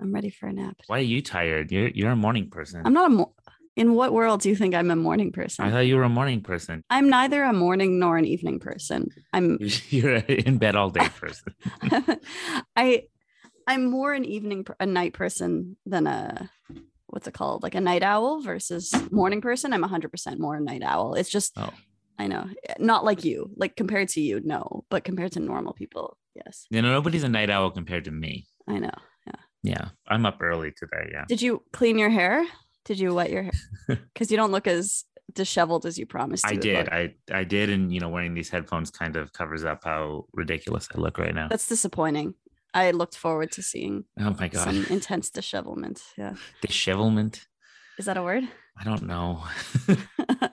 I'm ready for a nap. Why are you tired? You're you're a morning person. I'm not a. Mo- in what world do you think I'm a morning person? I thought you were a morning person. I'm neither a morning nor an evening person. I'm You're a in bed all day person. I I'm more an evening per- a night person than a what's it called? Like a night owl versus morning person. I'm 100% more a night owl. It's just Oh. I know. eh, Not like you. Like compared to you, no, but compared to normal people, yes. You know, nobody's a night owl compared to me. I know. Yeah, I'm up early today. Yeah, Did you clean your hair? Did you wet your hair? Cuz you don't look as disheveled as you promised you I would did. look. I I did, and you know, wearing these headphones kind of covers up how ridiculous I look right now. That's disappointing. I looked forward to seeing oh my god, some intense dishevelment. Yeah. dishevelment. Is that a word? I don't know.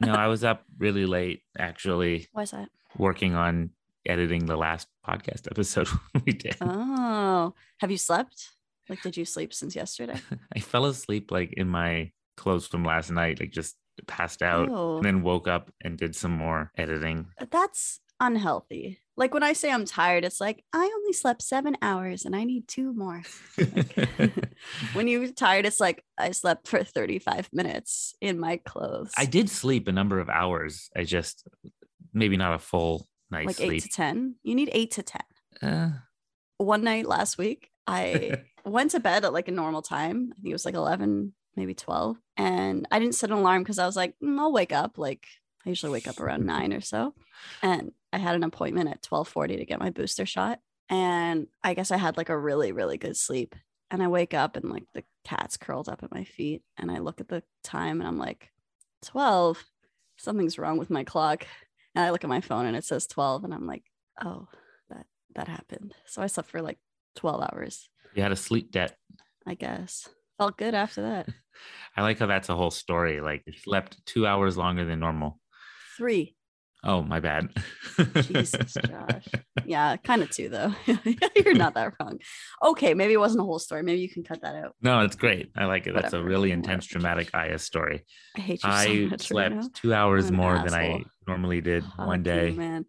no, I was up really late actually, Why is that? working on editing the last podcast episode we did. Oh, have you slept? Like, did you sleep since yesterday? I fell asleep like in my clothes from last night, like just passed out, Oh, and then woke up and did some more editing. that's unhealthy. Like, when I say I'm tired, it's like, I only slept seven hours and I need two more. Like- When you're tired, it's like, I slept for 35 minutes in my clothes, I did sleep a number of hours. I just maybe not a full night's like eight sleep. to 10. You need eight to 10. Uh, One night last week, I went to bed at like a normal time. I think it was like 11, maybe 12. And I didn't set an alarm because I was like, "Mm, I'll wake up. Like I usually wake up around nine or so. And I had an appointment at 1240 to get my booster shot. And I guess I had like a really, really good sleep. And I wake up and like the cat's curled up at my feet. And I look at the time and I'm like, 12, something's wrong with my clock. And I look at my phone and it says 12. And I'm like, oh, that that happened. So I slept for like 12 hours. you had a sleep debt. I guess. Felt good after that. I like how that's a whole story. Like you slept two hours longer than normal. Three. Oh, my bad. Jesus, Josh. Yeah, kind of two though. You're not that wrong. Okay, maybe it wasn't a whole story. Maybe you can cut that out. No, it's great. I like it. That's a Whatever. really intense, Whatever. dramatic Aya story. I hate you so I much. right slept now. two hours What an more than I asshole. normally did one Fuck day. you, man.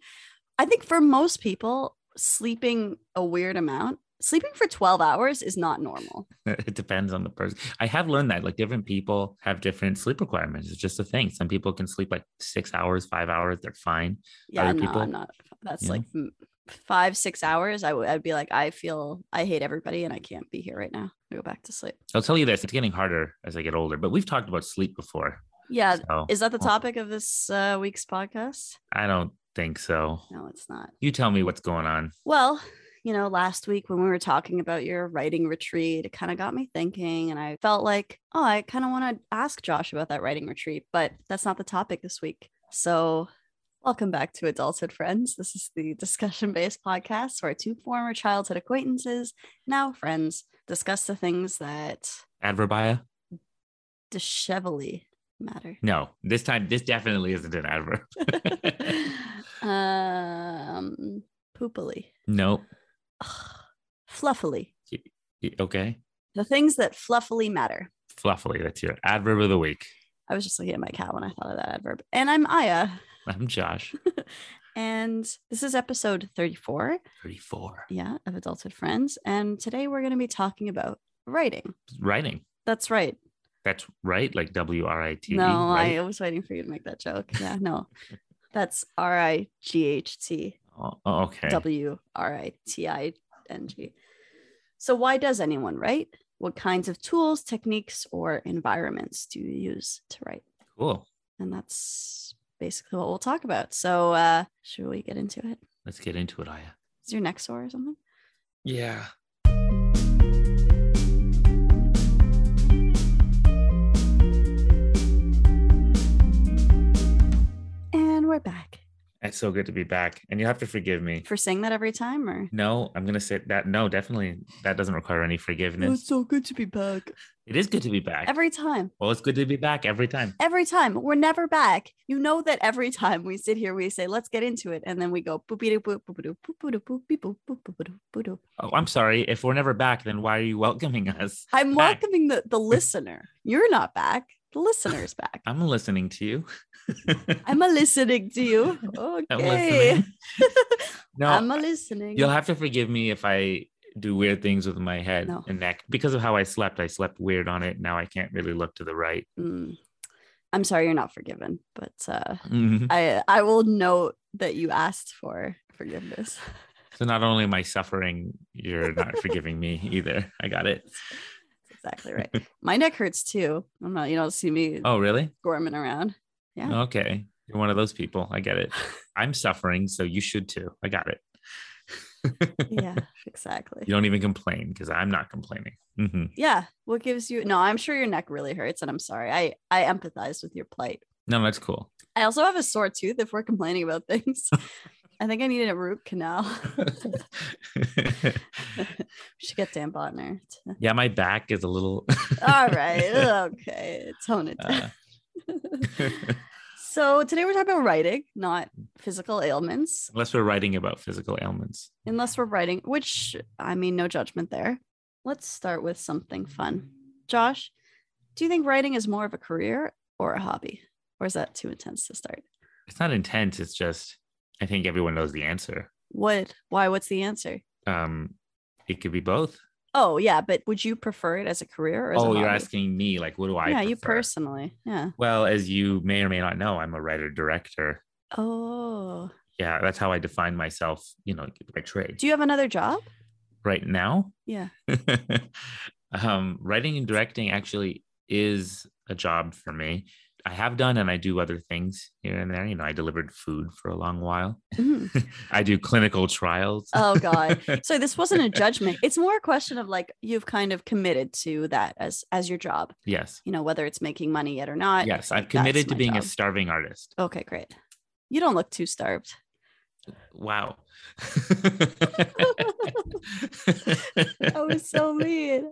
I think for most people, sleeping a weird amount, sleeping for 12 hours is not normal. it depends on the person. I have learned that like different people have different sleep requirements. It's just a thing. Some people can sleep like six hours, five hours. They're fine. Yeah, Other no, people, I'm not. That's you know? like m- five, six hours. I would I'd be like, I feel I hate everybody and I can't be here right now. I go back to sleep. I'll tell you this: it's getting harder as I get older. But we've talked about sleep before, Yeah. so Is that the Well- topic of this uh, week's podcast? I don't think so. No, it's not. You tell me what's going on. Well, you know, last week when we were talking about your writing retreat, it kind of got me thinking. And I felt like, oh, I kind of want to ask Josh about that writing retreat, but that's not the topic this week. So, welcome back to Adulthood Friends. This is the discussion based podcast where two former childhood acquaintances, now friends, discuss the things that Adverbia? dishevelly matter. No, this time this definitely isn't an adverb. um, poopily, nope. fluffily, Y- Okay. the things that fluffily matter. Fluffily, that's your adverb of the week. I was just looking at my cat when I thought of that adverb. And I'm Aya. I'm Josh. And this is episode 34, Thirty-four. yeah, of Adulthood Friends. And today we're going to be talking about writing. Writing. That's right. That's right. Like W R I T. E, no, right? I was waiting for you to make that joke. Yeah, no. That's R I G H T Oh, oh, okay. W R I T I N G. So, why does anyone write? What kinds of tools, techniques, or environments do you use to write? cool. And that's basically what we'll talk about. So, uh, should we get into it? Let's get into it, Aya. Is your neck sore or something? Yeah. And we're back. It's so good to be back. And you have to forgive me. For saying that every time or No, I'm gonna say that no, definitely that doesn't require any forgiveness. so good to be back. It is good to be back. Every time. well, it's good to be back every time. Every time. We're never back. You know that every time we sit here, we say, let's get into it. And then we go boopy doop boop boop doop boop doop boop beep, boop boop boop doop boop doop. Oh, I'm sorry. If we're never back, then why are you welcoming us? I'm Back. welcoming the, the listener. You're not back. The listener's back. I'm listening to you. I'm a listening to you. Okay. I'm listening. no, I'm a listening. you'll have to forgive me if I do weird things with my head No. and neck because of how I slept. I slept weird on it. Now I can't really look to the right. Mm. I'm sorry you're not forgiven, but uh, Mhm. I I will note that you asked for forgiveness. So not only am I suffering, you're not forgiving me either. I got it. That's exactly right. My neck hurts too. I'm not. You don't see me Oh, really? squirming around. Yeah. Okay. You're one of those people. I get it. I'm suffering, so you should too. I got it. Yeah. Exactly. You don't even complain because I'm not complaining. hmm yeah. What gives you? No, I'm sure your neck really hurts, and I'm sorry. I I empathize with your plight. No, that's cool. I also have a sore tooth. If we're complaining about things, I think I need a root canal. we should get Dan Botner. to- yeah, my back is a little. All right. Okay. Tone it down. Uh, So today we're talking about writing, not physical ailments, unless we're writing about physical ailments. unless we're writing, which I mean, no judgment there. Let's start with something fun. Josh, do you think writing is more of a career or a hobby? Or is that too intense to start? It's not intense. It's just, I think everyone knows the answer. What? Why? What's the answer? Um, it could be both. Oh, yeah. But would you prefer it as a career or as a Oh, hobby? you're asking me, like, what do I? yeah, you prefer? personally. Yeah. Well, as you may or may not know, I'm a writer director. Oh, Yeah, that's how I define myself. You know, by trade. do you have another job? right now, Yeah. um, writing and directing actually is a job for me. I have done and I do other things here and there. You know, I delivered food for a long while. Mhm. I do clinical trials. Oh, God. So this wasn't a judgment. It's more a question of like you've kind of committed to that as as your job. yes. you know, whether it's making money yet or not. Yes. I've That's committed to my being a job. starving artist. Okay, great. You don't look too starved. Wow. I was Oh, so mean.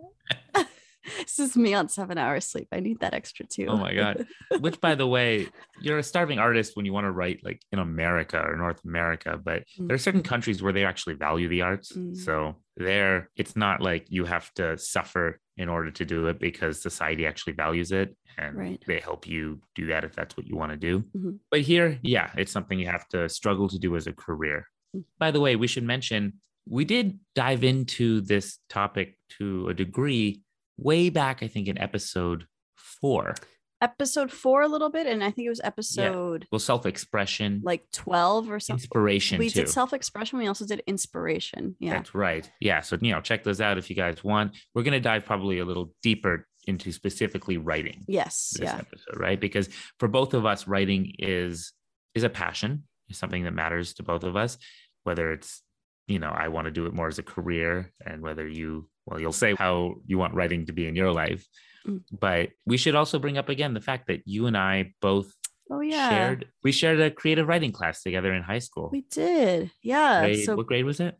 this is me on seven hours sleep. I need that extra too. Oh my God. Which, by the way, you're a starving artist when you want to write like in America or North America, but there Mm-hmm. are certain countries where they actually value the arts. Mm. So there, it's not like you have to suffer in order to do it because society actually values it and Right. they help you do that if that's what you want to do. Mhm. But here, yeah, it's something you have to struggle to do as a career. Mm. By the way, we should mention we did dive into this topic to a degree way back, I think, in episode four. episode four a little bit, and I think it was episode Well, self expression, like twelve or something. inspiration, We too. did self-expression. We also did inspiration. Yeah. That's right. Yeah. So, you know, check those out if you guys want. We're going to dive probably a little deeper into specifically writing Yes. this Yeah. episode, right? Because for both of us, writing is is a passion, is something that matters to both of us, whether it's, you know, I want to do it more as a career and whether you well, you'll say how you want writing to be in your life. Mm. But we should also bring up again the fact that you and I both Oh yeah. shared we shared a creative writing class together in high school. We did. Yeah. Grade- So what grade was it?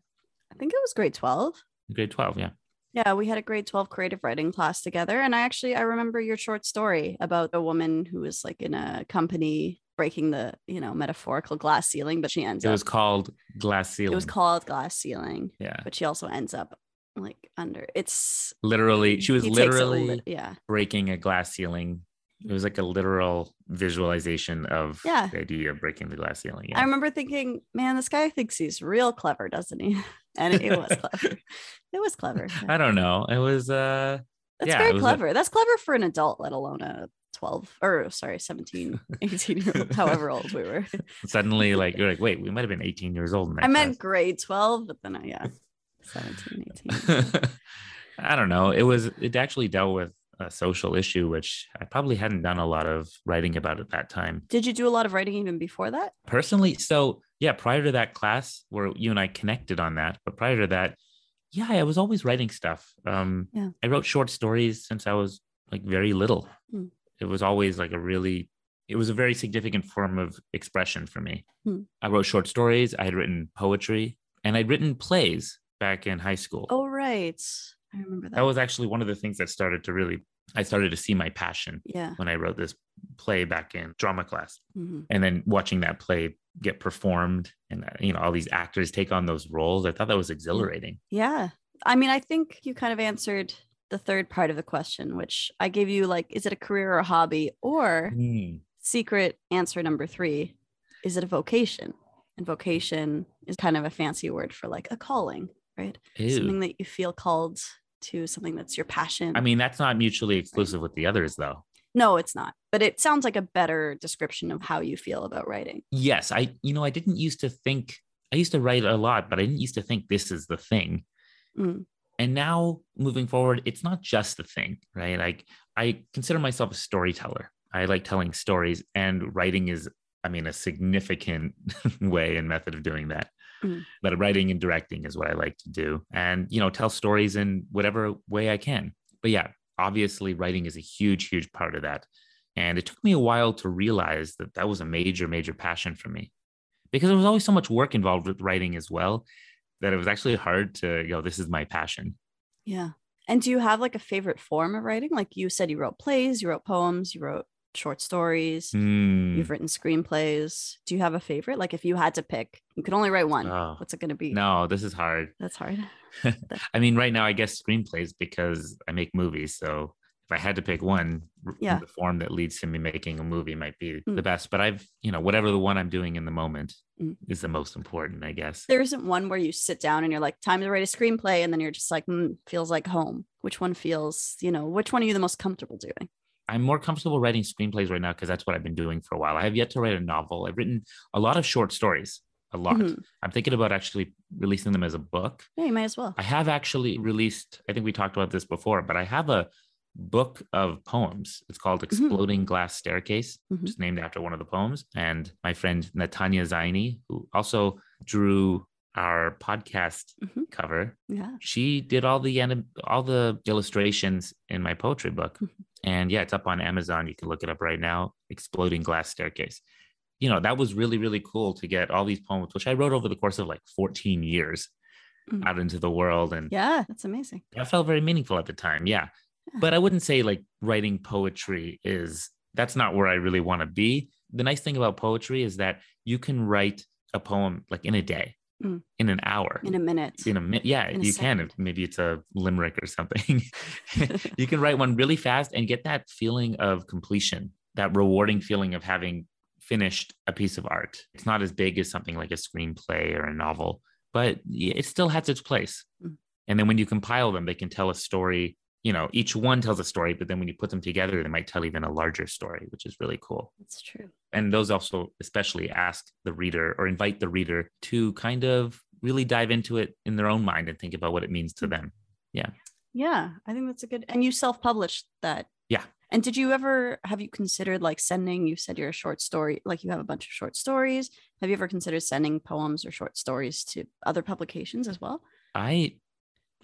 I think it was grade twelve. Grade 12, yeah. Yeah, we had a grade 12 creative writing class together. And I actually I remember your short story about a woman who was like in a company breaking the, you know, metaphorical glass ceiling, but she ends It up was called glass ceiling. it was called glass ceiling, yeah. but she also ends up like under it's Literally, she was he takes it literally lit- yeah. breaking a glass ceiling. It was like a literal visualization of Yeah. the idea of breaking the glass ceiling. I remember thinking, man, this guy thinks he's real clever, doesn't he? And it, was clever. It was clever. yeah. I don't know. It was uh That's yeah, it very was a- clever. That's clever for an adult, let alone a 12 or sorry, 17, 18 year old, however old we were. suddenly like you're like, wait, we might have been 18 years old in that I meant grade 12, but then I, yeah, 17, 18. class. I don't know. It was it actually dealt with a social issue, which I probably hadn't done a lot of writing about at that time. Did you do a lot of writing even before that? personally so yeah prior to that class where you and i connected on that but prior to that yeah i was always writing stuff um Yeah. i wrote short stories since i was like very little Hmm. it was always like a really it was a very significant form of expression for me Hmm. i wrote short stories i had written poetry and i'd written plays back in high school Oh, right. I remember that. that was actually one of the things that started to really i started to see my passion yeah. when i wrote this play back in drama class Mhm. and then watching that play get performed and uh, you know all these actors take on those roles i thought that was exhilarating Yeah. I mean, I think you kind of answered the third part of the question, which I gave you like, is it a career or a hobby? Or Mm-hmm. secret answer number three, is it a vocation? And vocation is kind of a fancy word for like a calling right? Something Ew. that you feel called to, something that's your passion. I mean, that's not mutually exclusive with the others, though. no, it's not. But it sounds like a better description of how you feel about writing. Yes, I, you know, I didn't used to think, I used to write a lot, but I didn't used to think this is the thing. Mm. And now moving forward, it's not just the thing, right? Like, I consider myself a storyteller. I like telling stories, and writing is, I mean, a significant way and method of doing that. Mm. But writing and directing is what I like to do, and you know, tell stories in whatever way I can. But yeah, obviously, writing is a huge, huge part of that. And it took me a while to realize that that was a major, major passion for me, because there was always so much work involved with writing as well that it was actually hard to go. This is my passion. Yeah. And do you have like a favorite form of writing? Like you said, you wrote plays, you wrote poems, you wrote short stories, Hmm. you've written screenplays. Do you have a favorite? Like if you had to pick, you could only write one. Oh. What's it going to be? No, this is hard. That's hard. I mean, right now, I guess screenplays because I make movies. So if I had to pick one, r- Yeah. the form that leads to me making a movie might be Mm. the best. But I've, you know, whatever the one I'm doing in the moment Mm. is the most important, I guess. There isn't one where you sit down and you're like, time to write a screenplay. And then you're just like, mm, feels like home. Which one feels, you know, which one are you the most comfortable doing? I'm more comfortable writing screenplays right now because that's what I've been doing for a while. I have yet to write a novel. I've written a lot of short stories, a lot. Mhm. I'm thinking about actually releasing them as a book. Yeah, you might as well. I have actually released, I think we talked about this before, but I have a book of poems. It's called Exploding Glass Staircase, Mhm. which is named after one of the poems. And my friend Natanya Zaini, who also drew our podcast Mhm. cover, yeah. she did all the anim- all the illustrations in my poetry book. Mhm. And yeah, it's up on Amazon. You can look it up right now. Exploding Glass Staircase. You know, that was really, really cool to get all these poems, which I wrote over the course of like 14 years Mm. out into the world. And Yeah. That's amazing. that felt very meaningful at the time. Yeah. Yeah. But I wouldn't say like writing poetry is that's not where I really want to be. The nice thing about poetry is that you can write a poem like in a day, Mm. in an hour, In a minute. in a minute. Yeah, in a you can. second. If Maybe it's a limerick or something. you can write one really fast and get that feeling of completion, that rewarding feeling of having finished a piece of art. It's not as big as something like a screenplay or a novel, but y- it still has its place. Mm. And then when you compile them, they can tell a story. You know, each one tells a story, but then when you put them together, they might tell even a larger story, which is really cool That's true. and those also especially ask the reader or invite the reader to kind of really dive into it in their own mind and think about what it means to them Yeah, I think that's a good. And you self-published that. Yeah. And did you ever have you considered like sending? You said you're a short story, like you have a bunch of short stories. Have you ever considered sending poems or short stories to other publications as well? i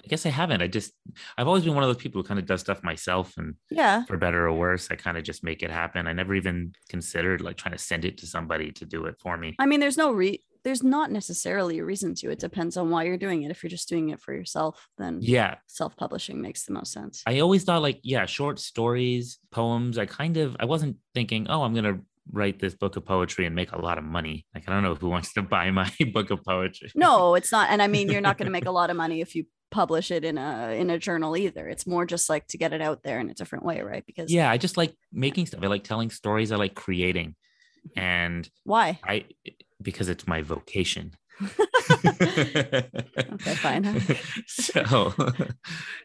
i guess i haven't i just i've always been one of those people who kind of does stuff myself and Yeah. for better or worse i kind of just make it happen i never even considered like trying to send it to somebody to do it for me I mean, there's no re. There's not necessarily a reason to. It depends on why you're doing it. If you're just doing it for yourself, then yeah self-publishing makes the most sense. I always thought like, yeah, short stories, poems. I kind of I wasn't thinking, oh, I'm gonna write this book of poetry and make a lot of money. Like I don't know who wants to buy my book of poetry. no, it's not. And I mean, you're not going to make a lot of money if you publish it in a in a journal either. It's more just like to get it out there in a different way, right? Because Yeah, I just like making stuff. I like telling stories. I like creating. And why? I because it's my vocation. Okay, fine. so,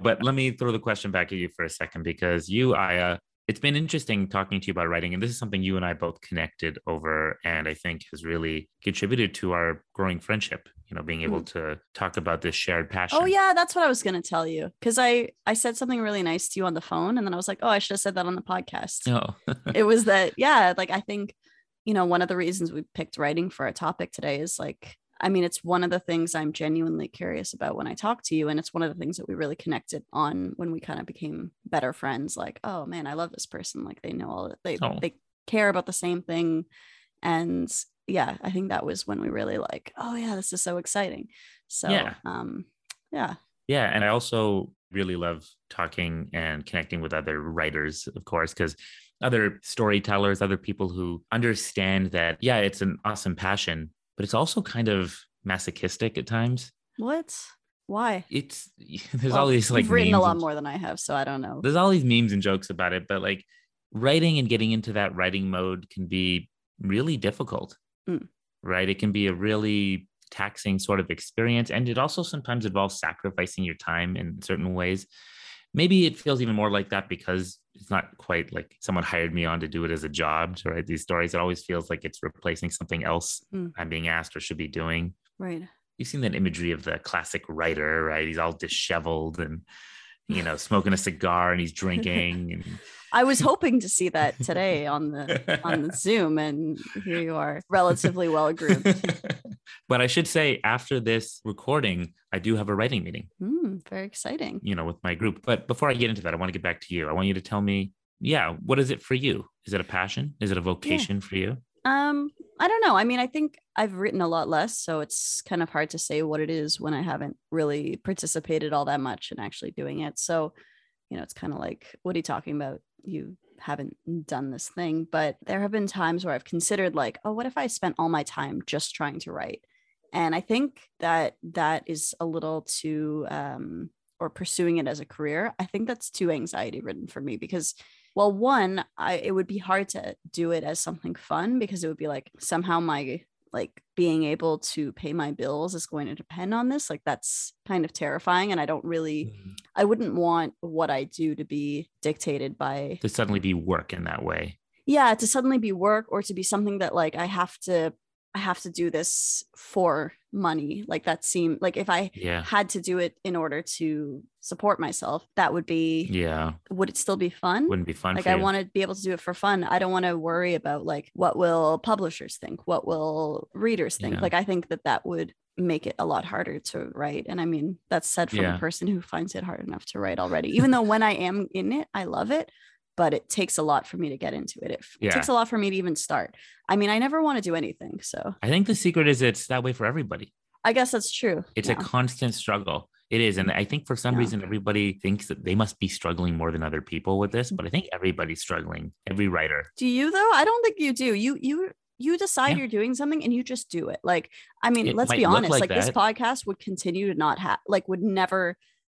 but let me throw the question back at you for a second because you, Aya, it's been interesting talking to you about writing. And this is something you and I both connected over and I think has really contributed to our growing friendship, you know, being able to talk about this shared passion. Hmm. Oh yeah, that's what I was gonna tell you because I I said something really nice to you on the phone, and then I was like, oh, I should have said that on the podcast. No. It was that yeah, like I think you know one of the reasons we picked writing for our topic today is like I mean it's one of the things I'm genuinely curious about when I talk to you, and it's one of the things that we really connected on when we kind of became better friends. Like oh man, I love this person. Like they know all they Oh. they care about the same thing, and yeah, I think that was when we really like oh yeah, this is so exciting. So Yeah. um yeah. Yeah, and I also really love talking and connecting with other writers, of course, because other storytellers, other people who understand that, yeah, it's an awesome passion, but it's also kind of masochistic at times. What? Why? It's there's Well, all these like you've written a memes lot and- more than I have, so I don't know. There's all these memes and jokes about it, but like writing and getting into that writing mode can be really difficult, Mm. right? It can be a really taxing sort of experience. And it also sometimes involves sacrificing your time in certain ways. Maybe it feels even more like that because it's not quite like someone hired me on to do it as a job to write these stories. It always feels like it's replacing something else Hmm. I'm being asked or should be doing. Right. You've seen that imagery of the classic writer, right? He's all disheveled and, you know, smoking a cigar and he's drinking. I was hoping to see that today on the And on the Zoom, and here you are, relatively well groomed. but I should say, after this recording, I do have a writing meeting, Mm, very exciting. you know, with my group. But before I get into that, I want to get back to you. I want you to tell me, yeah, what is it for you? Is it a passion? Is it a vocation for you? Um, I don't know. I mean, I think I've written a lot less, so it's kind of hard to say what it is when I haven't really participated all that much in actually doing it. So, you know, it's kind of like, what are you talking about? You haven't done this thing. But there have been times where I've considered, like, oh, what if I spent all my time just trying to write? And I think that that is a little too, um, or pursuing it as a career. I think that's too anxiety ridden for me because well one i it would be hard to do it as something fun because it would be like somehow my like being able to pay my bills is going to depend on this like that's kind of terrifying and i don't really i wouldn't want what i do to be dictated by To suddenly be work in that way. yeah to suddenly be work or to be something that like i have to i have to do this for money like that seemed like if i Yeah. had to do it in order to support myself that would be Yeah. would it still be fun Wouldn't be fun like for i you. want to be able to do it for fun i don't want to worry about like what will publishers think what will readers think Yeah. like i think that that would make it a lot harder to write and i mean that's said from Yeah. a person who finds it hard enough to write already even though when i am in it i love it but it takes a lot for me to get into it it f- Yeah. takes a lot for me to even start i mean i never want to do anything so I think the secret is it's that way for everybody. i guess that's true It's Yeah. a constant struggle. It is. And I think for some Yeah. reason, everybody thinks that they must be struggling more than other people with this, but I think everybody's struggling, every writer. Do you though? I don't think you do. You you you decide Yeah. you're doing something and you just do it. Like I mean, It let's might be look honest. like Like, this that. podcast would continue to not have like would never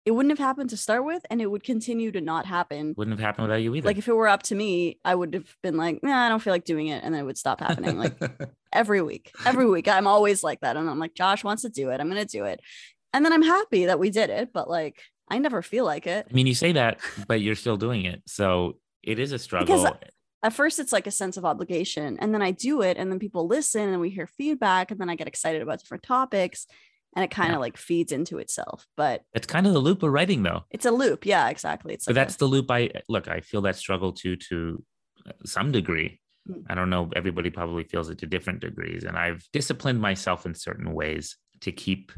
it wouldn't have happened to start with and it would continue to not happen. Wouldn't have happened without you either. Like if it were up to me, I would have been like, nah, I don't feel like doing it and then it would stop happening. Like every week. Every week I'm always like that and I'm like Josh wants to do it. I'm going to do it. And then I'm happy that we did it, but like I never feel like it. I mean, you say that, but you're still doing it. So it is a struggle. at first it's like a sense of obligation and then i do it and then people listen and we hear feedback and then i get excited about different topics and it kind of Yeah. like feeds into itself but it's kind of the loop of writing, though. it's a loop yeah exactly it's So like that's a, the loop I look, I feel that struggle too, to uh, some degree. Mm. I don't know. Everybody probably feels it to different degrees. And I've disciplined myself in certain ways to keep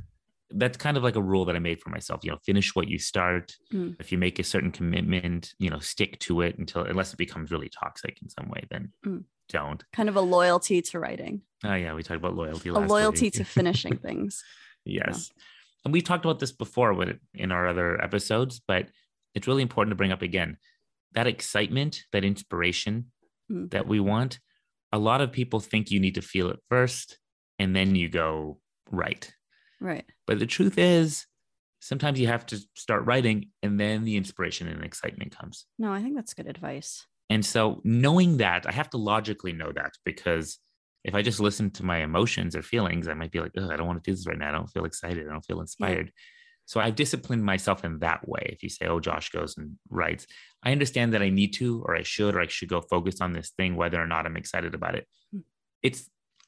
that's kind of like a rule that I made for myself. You know, finish what you start. Mm. If you make a certain commitment, you know, stick to it until, unless it becomes really toxic in some way, then Mm. don't. kind of a loyalty to writing Oh, yeah. We talked about loyalty. a last loyalty week. to finishing things Yes. And we've talked about this before with, in our other episodes, but it's really important to bring up again that excitement, that inspiration Mm. that we want. A lot of people think you need to feel it first and then you go write. right But the truth is, sometimes you have to start writing and then the inspiration and excitement comes. no i think that's good advice And so, knowing that, I have to logically know that because if I just listen to my emotions or feelings, I might be like, oh, I don't want to do this right now. I don't feel excited. I don't feel inspired. So, I've disciplined myself in that way. If you say, oh, Josh goes and writes, I understand that I need to, or I should, or I should go focus on this thing, whether or not I'm excited about it. Hmm. It's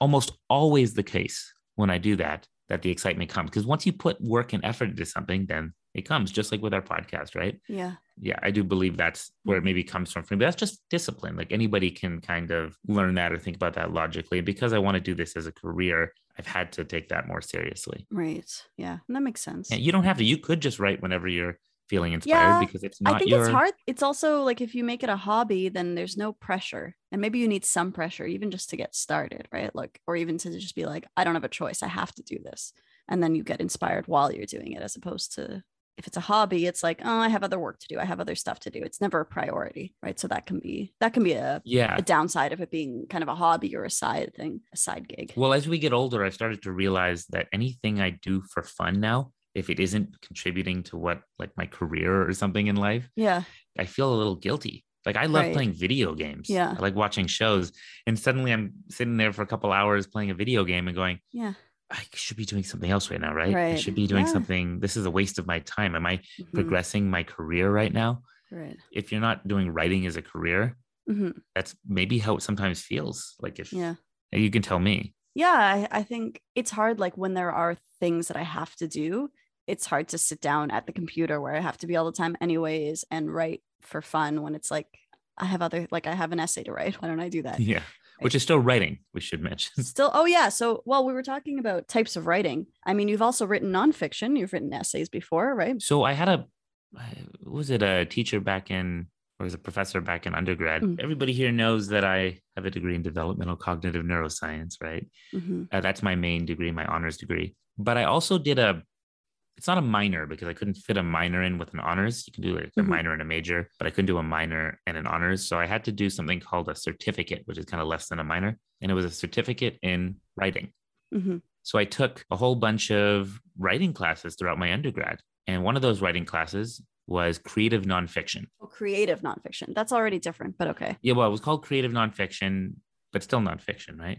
almost always the case when I do that, that the excitement comes. Because once you put work and effort into something, then it comes, just like with our podcast, right? yeah yeah, I do believe that's where it maybe comes from for me. But that's just discipline. Like anybody can kind of learn that or think about that logically. And because I want to do this as a career, I've had to take that more seriously. right yeah that makes sense And you don't have to. You could just write whenever you're feeling Yeah, inspired because it's not I think your. it's hard. It's also like if you make it a hobby, then there's no pressure. And maybe you need some pressure even just to get started, right? Like, or even to just be like, I don't have a choice. I have to do this. And then you get inspired while you're doing it, as opposed to if it's a hobby, it's like, oh, I have other work to do. I have other stuff to do. It's never a priority, right? So that can be that can be a, Yeah. a downside of it being kind of a hobby or a side thing, a side gig. Well, as we get older, I started to realize that anything I do for fun now, if it isn't contributing to what like my career or something in life, yeah. I feel a little guilty. Like I love Right. playing video games. Yeah. I like watching shows. And suddenly I'm sitting there for a couple hours playing a video game and going, Yeah. I should be doing something else right now, right? I Right. should be doing Yeah. something. This is a waste of my time. Am I Mhm. progressing my career right now? Mm-hmm, Right. If you're not doing writing as a career, hmm that's maybe how it sometimes feels. Like if Yeah. and you can tell me, Yeah. I, I think it's hard. Like when there are things that I have to do, it's hard to sit down at the computer where I have to be all the time, anyways, and write for fun when it's like, I have other, like, I have an essay to write. Why don't I do that? yeah, which is still writing. We should mention. Still, oh, yeah. So, well, we were talking about types of writing. I mean, you've also written nonfiction, you've written essays before, right? So I had a I- what was it a teacher back in or was a professor back in undergrad. Mm. Everybody here knows that I have a degree in developmental cognitive neuroscience, right? hmm Uh, that's my main degree, my honors degree. But I also did a, it's not a minor because I couldn't fit a minor in with an honors. You can do like a Mhm. minor and a major, but I couldn't do a minor and an honors. So I had to do something called a certificate, which is kind of less than a minor. And it was a certificate in writing. hmm So I took a whole bunch of writing classes throughout my undergrad. And one of those writing classes was creative nonfiction. Well, creative nonfiction. That's already different, but okay. Yeah, well, it was called creative nonfiction, but still nonfiction, right?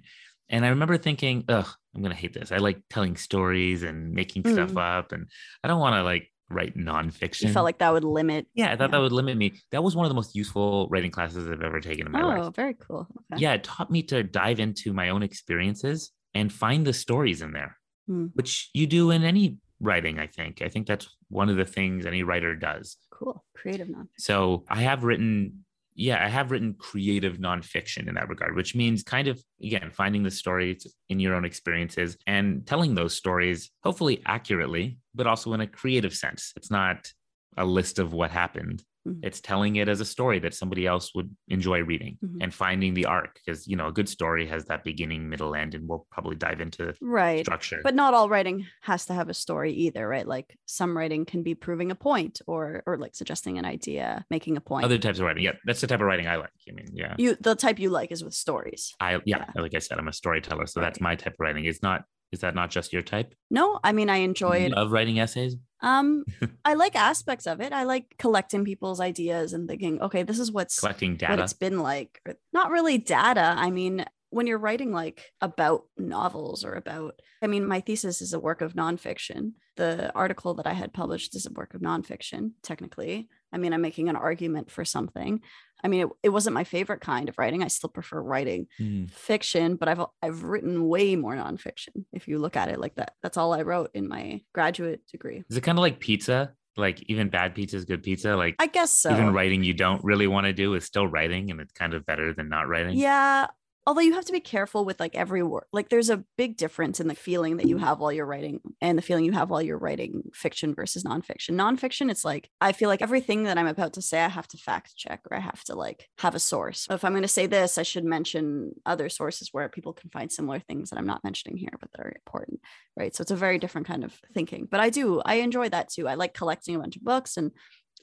And I remember thinking, ugh, I'm going to hate this. I like telling stories and making stuff up, and I don't want to like write nonfiction. Hmm. You felt like that would limit. yeah, I thought yeah. that would limit me. That was one of the most useful writing classes I've ever taken in my life Oh, very cool. Okay. yeah, it taught me to dive into my own experiences and find the stories in there, Hmm. which you do in any writing, I think. I think that's one of the things any writer does. Cool. Creative nonfiction. So I have written, yeah, I have written creative nonfiction in that regard, which means kind of, again, finding the stories in your own experiences and telling those stories, hopefully accurately, but also in a creative sense. It's not a list of what happened. Mhm. It's telling it as a story that somebody else would enjoy reading Mhm. and finding the arc because, you know, a good story has that beginning, middle, end, and we'll probably dive into Right. structure. But not all writing has to have a story either, right? Like some writing can be proving a point or or like suggesting an idea, making a point. Other types of writing. Yeah, that's the type of writing I like. I mean, yeah. you the type you like is with stories. I yeah, Yeah. like I said, I'm a storyteller, so that's Right. my type of writing. It's not is that not just your type? No, I mean I enjoy You it. Love writing essays. Um I like aspects of it. I like collecting people's ideas and thinking, okay, this is what's Collecting what data. it's been like. Or- Not really data. I mean, when you're writing like about novels or about, I mean, my thesis is a work of nonfiction. The article that I had published is a work of nonfiction, technically. I mean, I'm making an argument for something. I mean, it, it wasn't my favorite kind of writing. I still prefer writing Hmm. fiction, but I've I've written way more nonfiction. If you look at it like that, that's all I wrote in my graduate degree. Is it kind of like pizza? Like even bad pizza is good pizza. Like I guess so. even writing you don't really want to do is still writing, and it's kind of better than not writing. Yeah. Although you have to be careful with like every word. Like there's a big difference in the feeling that you have while you're writing and the feeling you have while you're writing fiction versus nonfiction. Nonfiction, it's like I feel like everything that I'm about to say, I have to fact check or I have to like have a source. If I'm going to say this, I should mention other sources where people can find similar things that I'm not mentioning here, but that are important. Right. So it's a very different kind of thinking. But I do, I enjoy that too. I like collecting a bunch of books and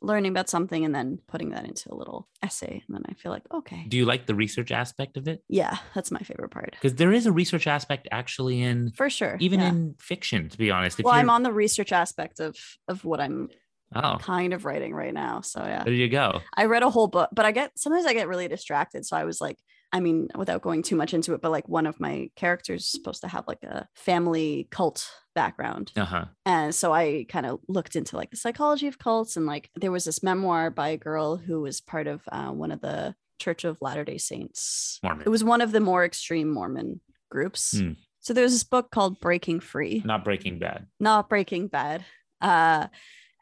learning about something and then putting that into a little essay. And then I feel like, okay. Do you like the research aspect of it? Yeah, that's my favorite part. Because there is a research aspect actually in For sure. even yeah. in fiction, to be honest. If Well, I'm you're- on the research aspect of of what I'm oh, kind of writing right now. So yeah. there you go. I read a whole book, but I get sometimes I get really distracted. So I was like, I mean, without going too much into it, but like one of my characters is supposed to have like a family cult background. Uh huh. And so I kind of looked into like the psychology of cults. And like there was this memoir by a girl who was part of uh, one of the Church of Latter day Saints. Mormon. It was one of the more extreme Mormon groups. Hmm. So there was this book called Breaking Free, Not Breaking Bad. not Breaking Bad. Uh,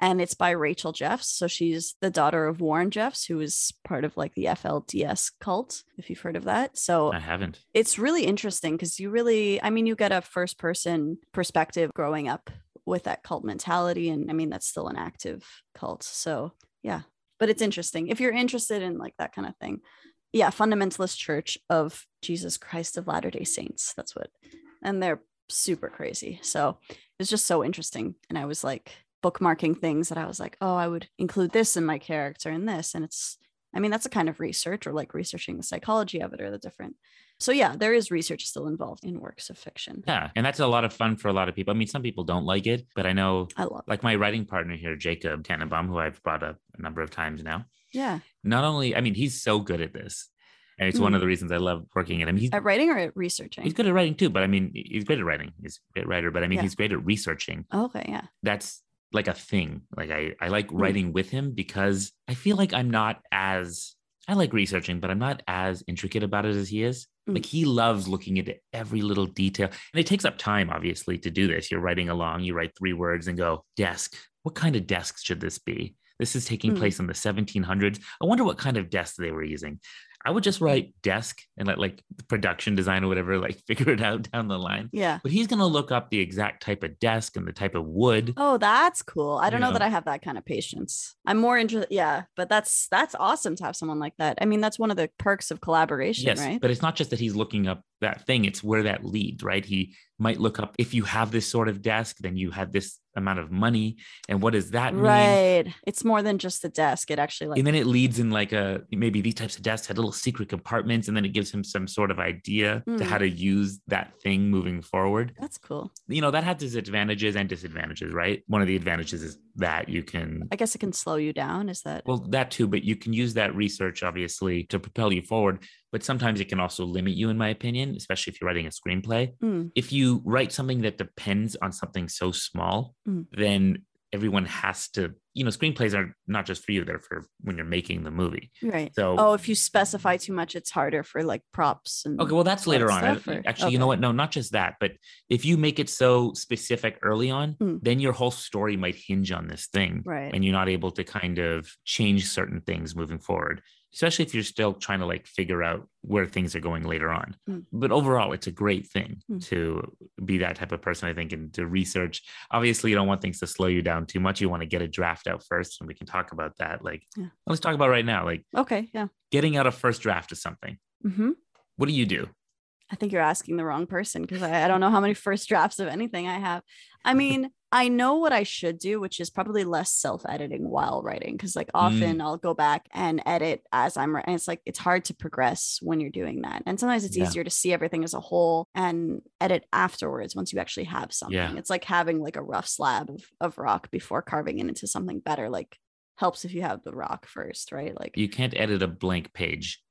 and it's by Rachel Jeffs. So she's the daughter of Warren Jeffs, who is part of like the FLDS cult, if you've heard of that. So I haven't. it's really interesting because you really i mean you get a first person perspective growing up with that cult mentality and i mean that's still an active cult so yeah but it's interesting if you're interested in like that kind of thing yeah fundamentalist church of jesus christ of latter day saints that's what and they're super crazy so it's just so interesting and i was like bookmarking things that i was like oh i would include this in my character and this and it's i mean that's a kind of research or like researching the psychology of it or the different so yeah, there is research still involved in works of fiction. Yeah. And that's a lot of fun for a lot of people. I mean, some people don't like it, but I know I love. like my writing partner here, Jacob Tannenbaum, who I've brought up a number of times now. Yeah. Not only, I mean, he's so good at this. And it's one of the reasons I love working in him. He's, At writing or at researching? he's good at writing too, but I mean, he's great at writing. He's a great writer, but I mean, Yeah. he's great at researching. Okay, yeah. That's like a thing. Like I, I like writing with him because I feel like I'm not as, I like researching, but I'm not as intricate about it as he is. Mm. Like he loves looking into every little detail. And it takes up time, obviously, to do this. You're writing along, you write three words and go, desk. What kind of desk should this be? This is taking Mm. place in the 1700s. I wonder what kind of desk they were using. I would just write desk and let like the production design or whatever, like figure it out down the line. Yeah. But he's going to look up the exact type of desk and the type of wood. Oh, that's cool. I don't know Yeah. that I have that kind of patience. I'm more interested. Yeah, but that's that's awesome to have someone like that. I mean, that's one of the perks of collaboration, Yes, right? but it's not just that he's looking up that thing, it's where that leads, right? He might look up if you have this sort of desk, then you have this amount of money. And what does that mean? Right. It's more than just the desk. It actually like and then it leads in like a maybe these types of desks had little secret compartments and then it gives him some sort of idea Hmm. to how to use that thing moving forward that's cool. you know that has its advantages and disadvantages right one of the advantages is that you can I guess it can slow you down. Is that well that too but you can use that research obviously to propel you forward but sometimes it can also limit you in my opinion especially if you're writing a screenplay Mm, if you write something that depends on something so small, Mm. then everyone has to, you know, screenplays are not just for you, they're for when you're making the movie. right? So, Oh, if you specify too much, it's harder for like props and okay, well, that's Like later on. I- stuff or- Actually, you know okay. what? No, not just that, but if you make it so specific early on, Mm. then your whole story might hinge on this thing. right. And you're not able to kind of change certain things moving forward, especially if you're still trying to like figure out where things are going later on. Mm. But overall, it's a great thing Mm. to be that type of person, I think, and to research. Obviously, you don't want things to slow you down too much. You want to get a draft out first, and we can talk about that. Like, Yeah. let's talk about right now, like Okay, yeah. getting out a first draft of something. hmm What do you do? I think you're asking the wrong person because I, I don't know how many first drafts of anything I have. I mean, I know what I should do, which is probably less self editing while writing because, Mm. like, often I'll go back and edit as I'm writing. It's like it's hard to progress when you're doing that. And sometimes it's Yeah. easier to see everything as a whole and edit afterwards once you actually have something. Yeah. It's like having like a rough slab of, of rock before carving it into something better. Like, helps if you have the rock first, right? Like, You can't edit a blank page.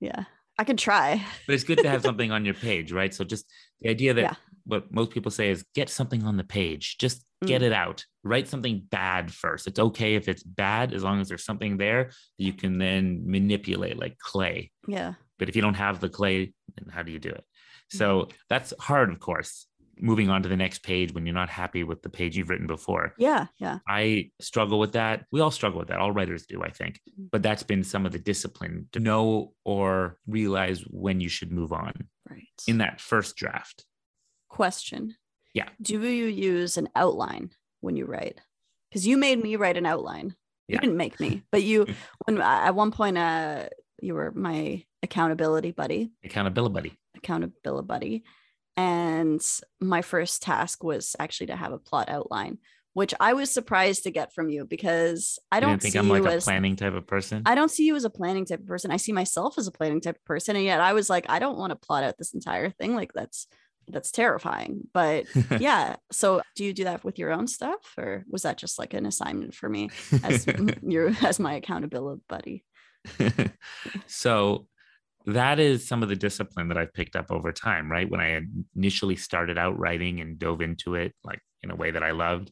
yeah, I can try. but it's good to have something on your page, right? So just the idea that Yeah. what most people say is get something on the page, just get it out. Write something bad first. It's okay if it's bad as long as there's something there that you can then manipulate like clay. Yeah. But if you don't have the clay, then how do you do it? So that's hard, of course. Moving on to the next page when you're not happy with the page you've written before. Yeah. Yeah. I struggle with that. We all struggle with that. All writers do, I think. Mhm. But that's been some of the discipline to know or realize when you should move on Right. in that first draft. question. Yeah. Do you use an outline when you write? Because you made me write an outline. You Yeah. didn't make me, but you when I- at one point uh you were my accountability buddy, Accountability buddy. accountability buddy. And my first task was actually to have a plot outline, which I was surprised to get from you because I You don't didn't think see I'm like you a as planning type of person. I don't see you as a planning type of person. I see myself as a planning type of person. And yet I was like, I don't want to plot out this entire thing. Like that's that's terrifying. But yeah. So do you do that with your own stuff? Or was that just like an assignment for me as m- your as my accountability buddy? Mm. so that is some of the discipline that I've picked up over time, right? When I initially started out writing and dove into it like in a way that I loved,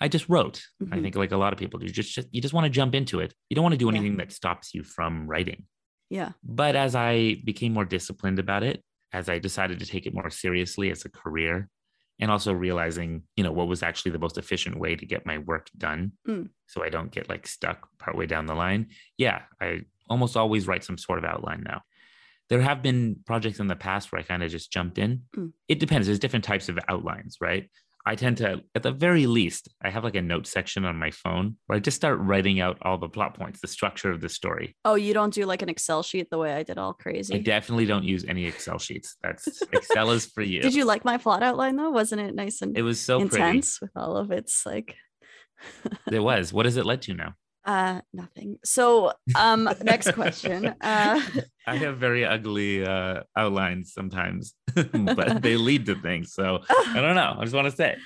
I just wrote. I Mhm. think like a lot of people do, just, just you just want to jump into it. You don't want to do Yeah. anything that stops you from writing. Yeah. But as I became more disciplined about it, as I decided to take it more seriously as a career, and also realizing, you know, what was actually the most efficient way to get my work done Mm. so I don't get like stuck partway down the line. Yeah, I almost always write some sort of outline now. There have been projects in the past where I kind of just jumped in. Mm. It depends. There's different types of outlines, right? I tend to, at the very least, I have like a note section on my phone where I just start writing out all the plot points, the structure of the story. Oh, you don't do like an Excel sheet the way I did all I crazy. definitely don't use any Excel sheets. That's Excel is for you. Did you like my plot outline though? Wasn't it nice and It was so intense with all of its like pretty. It was. What has it led to now? uh nothing. So um next question. Uh I have very ugly uh, outlines sometimes. but they lead to things. So I don't know. I just want to say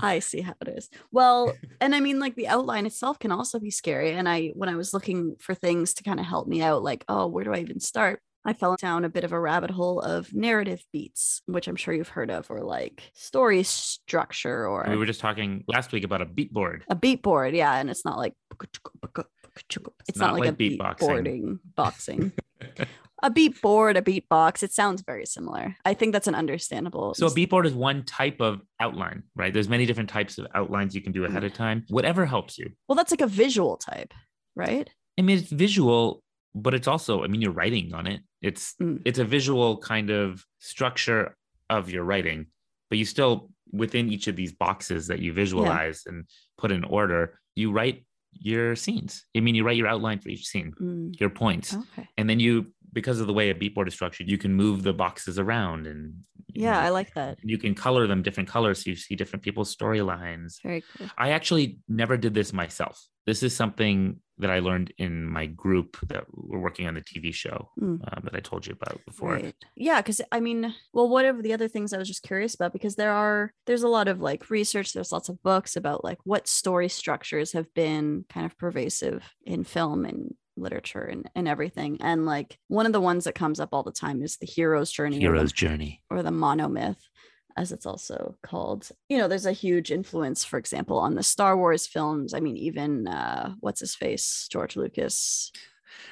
I see how it is. Well, and I mean, like the outline itself can also be scary. And I, when I was looking for things to kind of help me out, like, oh, where do I even start? I fell down a bit of a rabbit hole of narrative beats, which I'm sure you've heard of, or like story structure or we were just talking last week about a beat board. a beat board. Yeah. And it's not like, it's, not, like, a beat beatboxing. boarding, boxing. a beat board, a beat box. It sounds very similar. I think that's an understandable. So a beat board is one type of outline, right? There's many different types of outlines you can do Mm-hmm. ahead of time. Whatever helps you. well, that's like a visual type, right? I mean, it's visual, but it's also, I mean, you're writing on it. It's Mm. it's a visual kind of structure of your writing, but you still within each of these boxes that you visualize and put in order, you write your scenes. I mean, you write your outline for each scene, Mm, your points. okay. And then you because of the way a beat board is structured, you can move the boxes around and you Yeah, know, I like that. you can color them different colors so you see different people's storylines. Very cool. I actually never did this myself. This is something that I learned in my group that we're working on the TV show Mm. um, that I told you about before. Right. Yeah, because I mean, well, what are the other things I was just curious about? Because there are there's a lot of like research, there's lots of books about like what story structures have been kind of pervasive in film and literature and, and everything. And like one of the ones that comes up all the time is the hero's journey or the- Hero's journey. or the monomyth. As it's also called, you know, there's a huge influence, for example, on the Star Wars films. I mean, even uh, what's his face, George Lucas,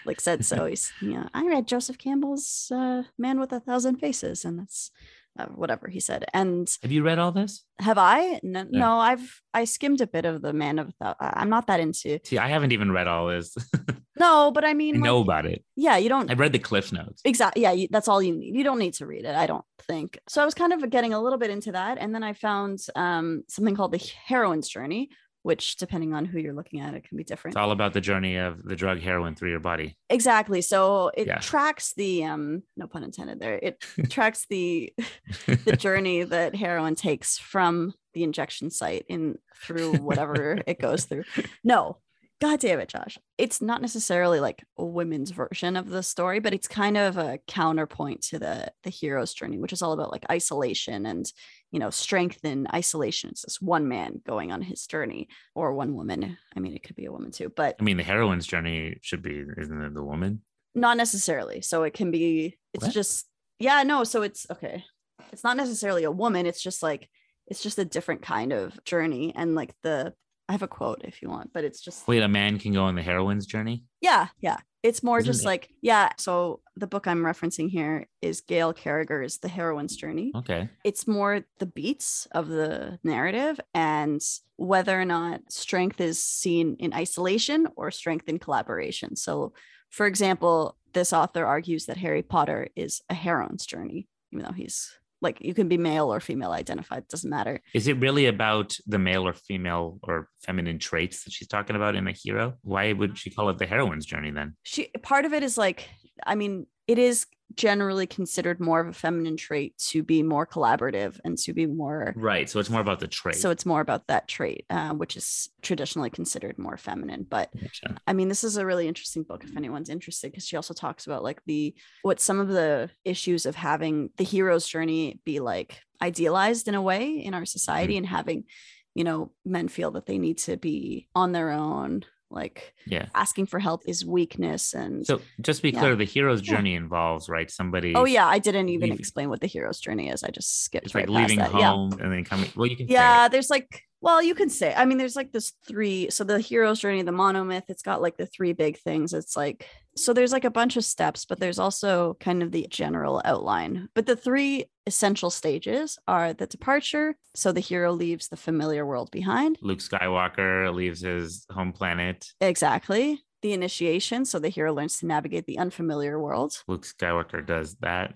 like said so he's you know i read joseph campbell's uh, man with a thousand faces and that's uh, whatever he said and Have you read all this? have i no, Yeah. no i've i skimmed a bit of the man of a Thou- I- i'm not that into See, I haven't even read all this. no but i I mean like, know about it. yeah you don't I've read the Cliff Notes. Exactly. Yeah, you, that's all you need. You don't need to read it, I don't think. So I was kind of getting a little bit into that, and then I found um, something called the heroine's journey, which, depending on who you're looking at, it can be different. It's all about the journey of the drug heroin through your body. Exactly. So it Yeah. tracks the um no pun intended there. It tracks the the journey that heroin takes from the injection site in through whatever it goes through. No. God damn it, Josh. It's not necessarily like a women's version of the story, but it's kind of a counterpoint to the the hero's journey, which is all about like isolation and you know, strength in isolation. It's this one man going on his journey or one woman. I mean, it could be a woman too, but I mean, the heroine's journey should be, isn't it the woman? not necessarily so it can be it's What? just yeah no so it's okay it's not necessarily a woman it's just like it's just a different kind of journey and like the i have a quote if you want but it's just Wait, a man can go on the heroine's journey? yeah yeah it's more Isn't just it- like yeah so the book i'm referencing here is gail carriger's the heroine's journey Okay. it's more the beats of the narrative and whether or not strength is seen in isolation or strength in collaboration. So, for example, this author argues that Harry Potter is a heroine's journey, even though he's like you can be male or female identified, doesn't matter. Is it really about the male or female or feminine traits that she's talking about in a hero? Why would she call it the heroine's journey then? She part of it is like, I mean, it is generally considered more of a feminine trait to be more collaborative and to be more Right. So it's more about the trait. So it's more about that trait, uh, which is traditionally considered more feminine. But Gotcha. I mean, this is a really interesting book if anyone's interested, because she also talks about like the what some of the issues of having the hero's journey be like idealized in a way in Mm-hmm. our society and having, you know, men feel that they need to be on their own, like Yeah. asking for help is weakness. And So just to be Yeah. clear, the hero's Yeah. journey involves, right? Somebody oh, yeah, I didn't even leaving- explain what the hero's journey is. I just skipped it's right like past leaving that. Yeah. home and then coming. Well, you can say it. yeah there's like well you can say i mean there's like this three so the hero's journey the monomyth it's got like the three big things it's like so there's like a bunch of steps but there's also kind of the general outline but the three essential stages are the departure so the hero leaves the familiar world behind Luke Skywalker leaves his home planet. exactly the initiation so the hero learns to navigate the unfamiliar world Luke Skywalker does that.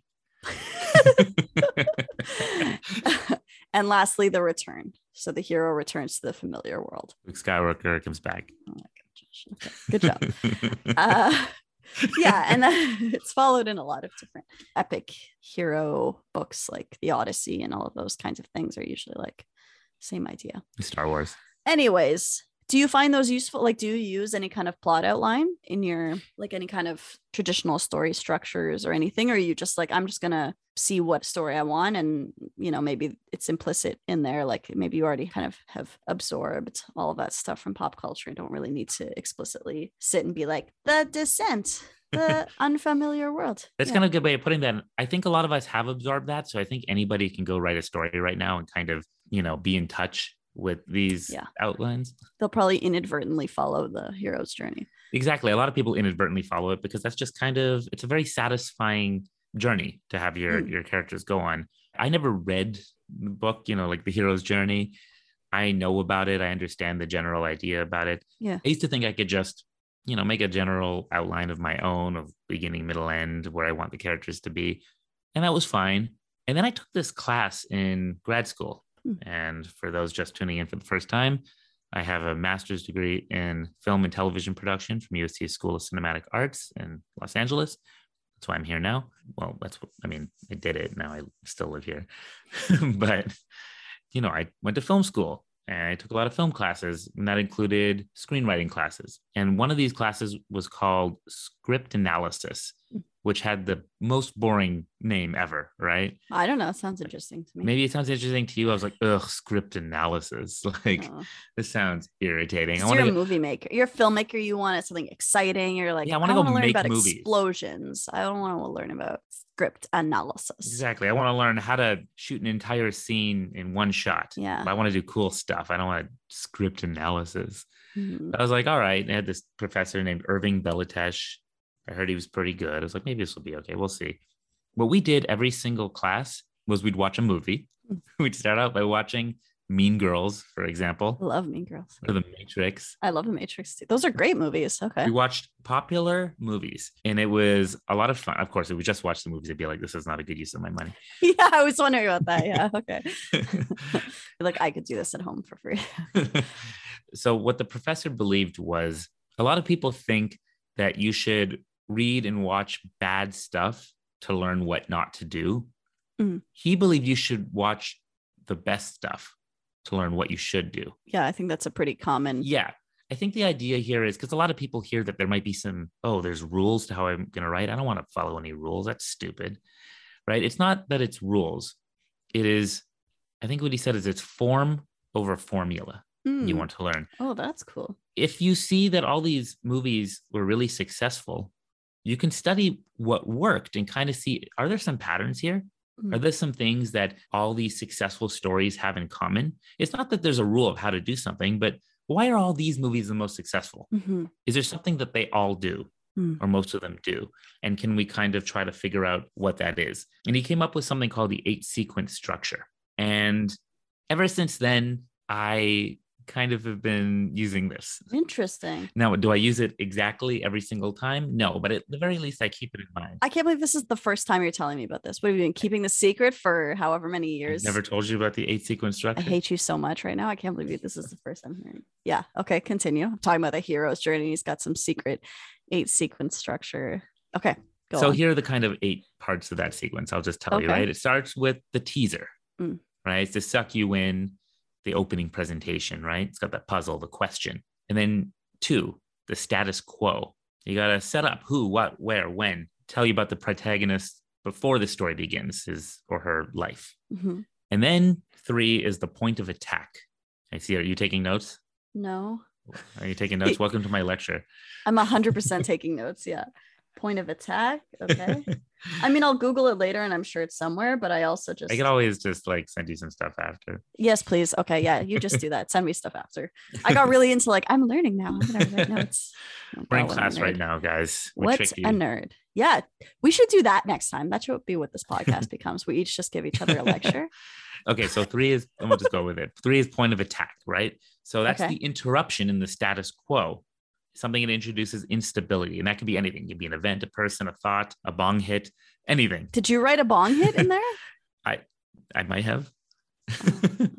and lastly the return so the hero returns to the familiar world Luke Skywalker comes back. oh my God, Josh. Okay, good job uh, yeah, and then it's followed in a lot of different epic hero books like The Odyssey and all of those kinds of things are usually like same idea. Star Wars. Anyways, Do you find those useful? Like, do you use any kind of plot outline in your, like, any kind of traditional story structures or anything? Or are you just like, I'm just going to see what story I want? And, you know, maybe it's implicit in there. Like, maybe you already kind of have absorbed all of that stuff from pop culture and don't really need to explicitly sit and be like, the descent. the unfamiliar world. That's kind of a good way of putting that. I think a lot of us have absorbed that. So I think anybody can go write a story right now and kind of, you know, be in touch with these Yeah. outlines. They'll probably inadvertently follow the hero's journey. Exactly. A lot of people inadvertently follow it because that's just kind of it's a very satisfying journey to have your Mm. your characters go on. I never read the book, you know, like the hero's journey. I know about it. I understand the general idea about it. Yeah. I used to think I could just, you know, make a general outline of my own of beginning, middle, end, where I want the characters to be. And that was fine. And then I took this class in grad school. Hmm. And for those just tuning in for the first time, I have a master's degree in film and television production from USC School of Cinematic Arts in Los Angeles. That's why I'm here now. Well, that's what I mean, I did it. Now I still live here. but, you know, I went to film school and I took a lot of film classes, and that included screenwriting classes. And one of these classes was called script analysis, which had the most boring name ever, right? I don't know. It sounds interesting to me. Maybe it sounds interesting to you. I was like, ugh, script analysis. Like, No. this sounds irritating. I Because want you're a to movie maker. You're a filmmaker. You want something exciting. You're like, Yeah, I I wanna want go to learn make about movies." explosions. I don't want to learn about script analysis. Exactly. I want to learn how to shoot an entire scene in one shot. Yeah. I want to do cool stuff. I don't want to script analysis. Mhm. I was like, all right. And I had this professor named Irving Belatesh. I heard he was pretty good. I was like, maybe this will be okay. We'll see. What we did every single class was we'd watch a movie. Hmm. we'd start out by watching Mean Girls, for I example, love Mean Girls. or The Matrix. I love The Matrix. Too. Those are great movies. Okay. We watched popular movies and it was a lot of fun. Of course, if we just watched the movies, I'd be like, this is not a good use of my money. Yeah, I was wondering about that. Yeah. Okay. like I could do this at home for free. so what the professor believed was a lot of people think that you should read and watch bad stuff to learn what not to do. Mm. He believed you should watch the best stuff to learn what you should do. Yeah, I think that's a pretty common. Yeah. I think the idea here is because a lot of people hear that there might be some, oh, there's rules to how I'm going to write. I don't want to follow any rules. That's stupid. Right. It's not that it's rules. It is, I think what he said is it's form over formula Mm. you want to learn. Oh, that's cool. If you see that all these movies were really successful, you can study what worked and kind of see are there some patterns here? Mm. Are there some things that all these successful stories have in common? It's not that there's a rule of how to do something, but why are all these movies the most successful? hmm Is there something that they all do Hmm. or most of them do? And can we kind of try to figure out what that is? And he came up with something called the eight sequence structure. And ever since then, I kind of have been using this. Interesting. Now, do I use it exactly every single time? No, but at the very least, I keep it in mind. I can't believe this is the first time you're telling me about this. What have you been keeping the secret for however many I've years? never told you about the eight sequence I structure. hate you so much right now. I can't believe you. This is the first I'm hearing. Yeah. Okay. Continue. I'm talking about the hero's journey. He's got some secret eight sequence structure. Okay. Go so on. here are the kind of eight parts of that sequence. I'll just tell you, Okay. right? It starts with the teaser, Mm. right? It's to suck you in the opening presentation, right? It's got that puzzle, the question. And then two, the status quo. You got to set up who, what, where, when, tell you about the protagonist before the story begins, his or her life. Mhm. And then three is the point of attack. I see. Are you taking notes? No, Are you taking notes? Welcome to my lecture. I'm 100% taking notes. Yeah. Point of attack. Okay. I mean, I'll Google it later and I'm sure it's somewhere, but I also just. I can always just like send you some stuff after. Yes, please. Okay. Yeah. You just do that. Send me stuff after. I got really into like, I'm learning now. I'm going to write notes. Oh, We're in God, what a class right nerd. now, guys. We're What tricky. a nerd. Yeah. We should do that next time. That should be what this podcast becomes. We each just give each other a lecture. Okay, so three is, and we'll just go with it. Three is point of attack, right? So that's Okay. the interruption in the status quo, something that introduces instability. And that could be anything. It could be an event, a person, a thought, a bong hit, anything. Did you write a bong hit in there? I might have. Okay.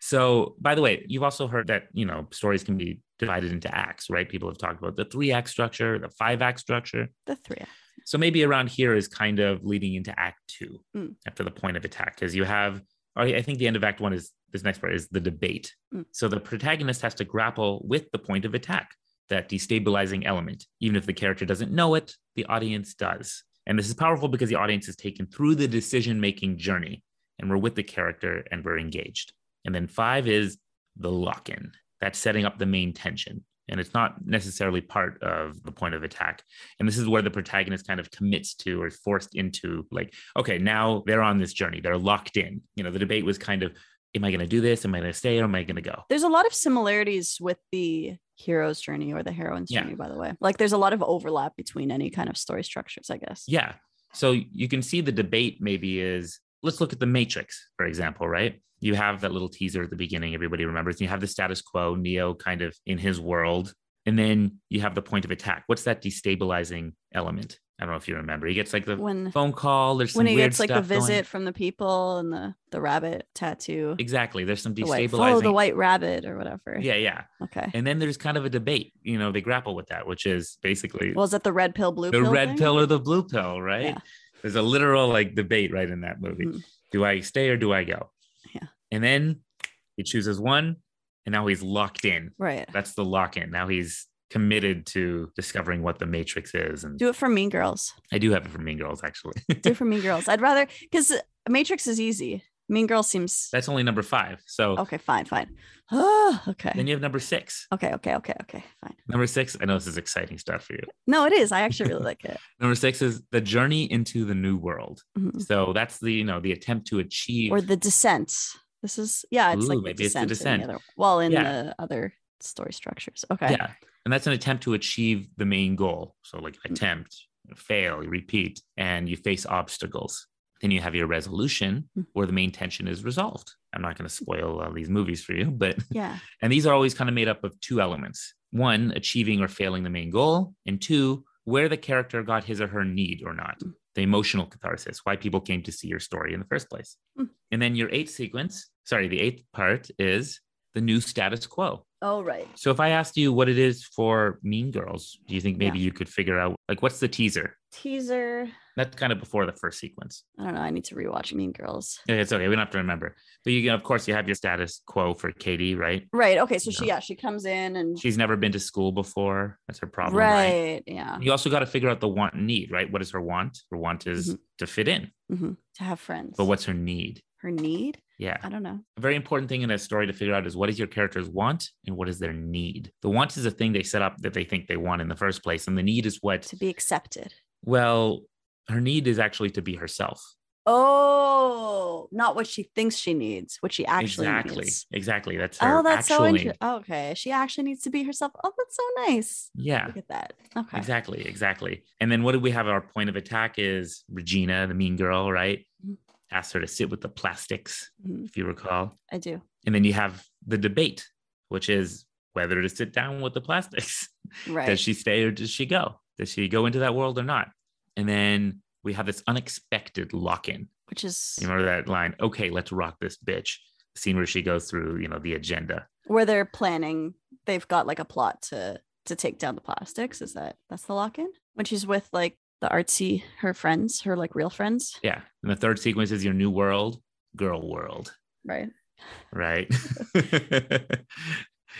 So, by the way, you've also heard that, you know, stories can be divided into acts, right? People have talked about the three act structure, the five act structure. The three. So maybe around here is kind of leading into act two Mm. after the point of attack, because you have or I think the end of Act One is this next part is the debate. Mm. So the protagonist has to grapple with the point of attack, that destabilizing element. Even if the character doesn't know it, the audience does. And this is powerful because the audience is taken through the decision making journey and we're with the character and we're engaged. And then five is the lock in. That's setting up the main tension. And it's not necessarily part of the point of attack. And this is where the protagonist kind of commits to or is forced into, like, okay, now they're on this journey. They're locked in. You know, the debate was kind of, am I going to do this? Am I going to stay or am I going to go? There's a lot of similarities with the hero's journey or the heroine's Yeah. journey, by the way. Like there's a lot of overlap between any kind of story structures, I guess. Yeah. So you can see the debate maybe is let's look at the Matrix, for example, right? You have that little teaser at the beginning, everybody remembers. You have the status quo, Neo kind of in his world. And then you have the point of attack. What's that destabilizing element? I don't know if you remember. He gets like the When phone call. There's some when he weird gets like the stuff going- visit from the people and the the rabbit tattoo, Exactly. There's some the destabilizing. white, follow the white rabbit or whatever. Yeah, yeah. Okay. And then there's kind of a debate. You know, they grapple with that, which is basically Well, is that the red pill, blue the pill? red thing? pill or the blue pill, right? Yeah. There's a literal like debate right in that movie. Mhm. Do I stay or do I go? Yeah. And then he chooses one, and now he's locked in. Right. That's the lock in. Now he's committed to discovering what the matrix is. And Do it for Mean Girls. I do have it for Mean Girls, actually. Do it for Mean Girls. I'd rather because Matrix is easy. Mean Girls seems That's only number five. So okay. Fine, fine. Oh, okay. then you have number six. Okay, okay, okay, okay. Fine. Number six, I know this is exciting stuff for you. No, it is. I actually really like it. Number six is the journey into the new world. Mhm. So that's the, you know, the attempt to achieve Or the descent. This is yeah. It's like Ooh, the maybe it's descent. The In Descent. the other, well, in Yeah. the other story structures. Okay. Yeah. And that's an attempt to achieve the main goal. So, like, Mm. attempt, fail, repeat, and you face obstacles. Then you have your resolution Mm. where the main tension is resolved. I'm not going to spoil all these movies for you, but, Yeah. and these are always kind of made up of two elements one, achieving or failing the main goal, and two, where the character got his or her need or not, Mm. the emotional catharsis, why people came to see your story in the first place. Mm. And then your eighth sequence, sorry, the eighth part is the new status quo. Oh right. So if I asked you what it is for Mean Girls, do you think maybe you could figure out like what's the teaser? Teaser. That's kind of before the first sequence. I don't know. I need to rewatch Mean Girls. Yeah, It's okay. We don't have to remember. But you, of course, you have your status quo for Katie, right? Right. Okay. So she Yeah. yeah she comes in and She's never been to school before. That's her problem, right? right. Yeah. You also got to figure out the want and need, right? What is her want? Her want is Mm-hmm. to fit in, hmm To have friends. but what's her need? her need? Yeah. I don't know. a very important thing in a story to figure out is what is your character's want and what is their need. The want is a thing they set up that they think they want in the first place, and the need is what To be accepted. Well, her need is actually to be herself. Oh, not what she thinks she needs, what she actually exactly. needs. Exactly. That's her Oh, that's actual so need. interesting. Oh, okay, she actually needs to be herself. Oh, that's so nice. Yeah. Look at that. Okay. Exactly. Exactly. And then what do we have? Our point of attack is Regina, the mean girl, right? Mhm. Asks her to sit with the plastics, Mhm, if you recall. I do. And then you have the debate, which is whether to sit down with the plastics. Right. Does she stay or does she go? Does she go into that world or not? And then we have this unexpected lock in. Which is You remember that line? Okay, let's rock this bitch. The scene where she goes through, you know, the agenda. where they're planning. They've got like a plot to to take down the plastics. Is that that's the lock in when she's with like the artsy her friends, her like real friends, Yeah. And the third sequence is your new world, girl world, right? right?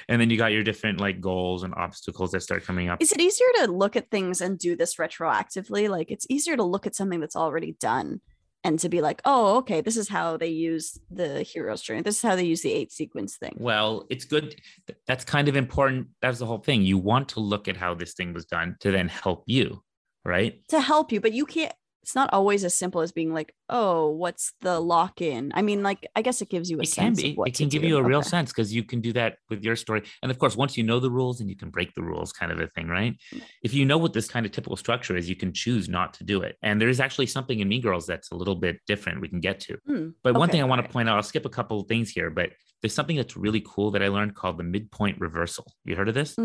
and then you got your different like goals and obstacles that start coming up. Is it easier to look at things and do this retroactively? Like it's easier to look at something that's already done and to be like, oh, okay, this is how they use the hero's journey. This is how they use the eight sequence thing. Well, it's good. th- That's kind of important. That was the whole thing. You want to look at how this thing was done to then help you, right? To help you, but you can't it's not always as simple as being like, oh, what's the lock in? I mean, like, I guess it gives you a It can sense. be. Of what It to can give do. you a real Okay. sense because you can do that with your story. And of course, once you know the rules and you can break the rules, kind of a thing, right? If you know what this kind of typical structure is, you can choose not to do it. And there is actually something in Mean Girls that's a little bit different. We can get to. Hmm. But one Okay, thing I want okay. to point out, I'll skip a couple of things here, but there's something that's really cool that I learned called the midpoint reversal. You heard of this?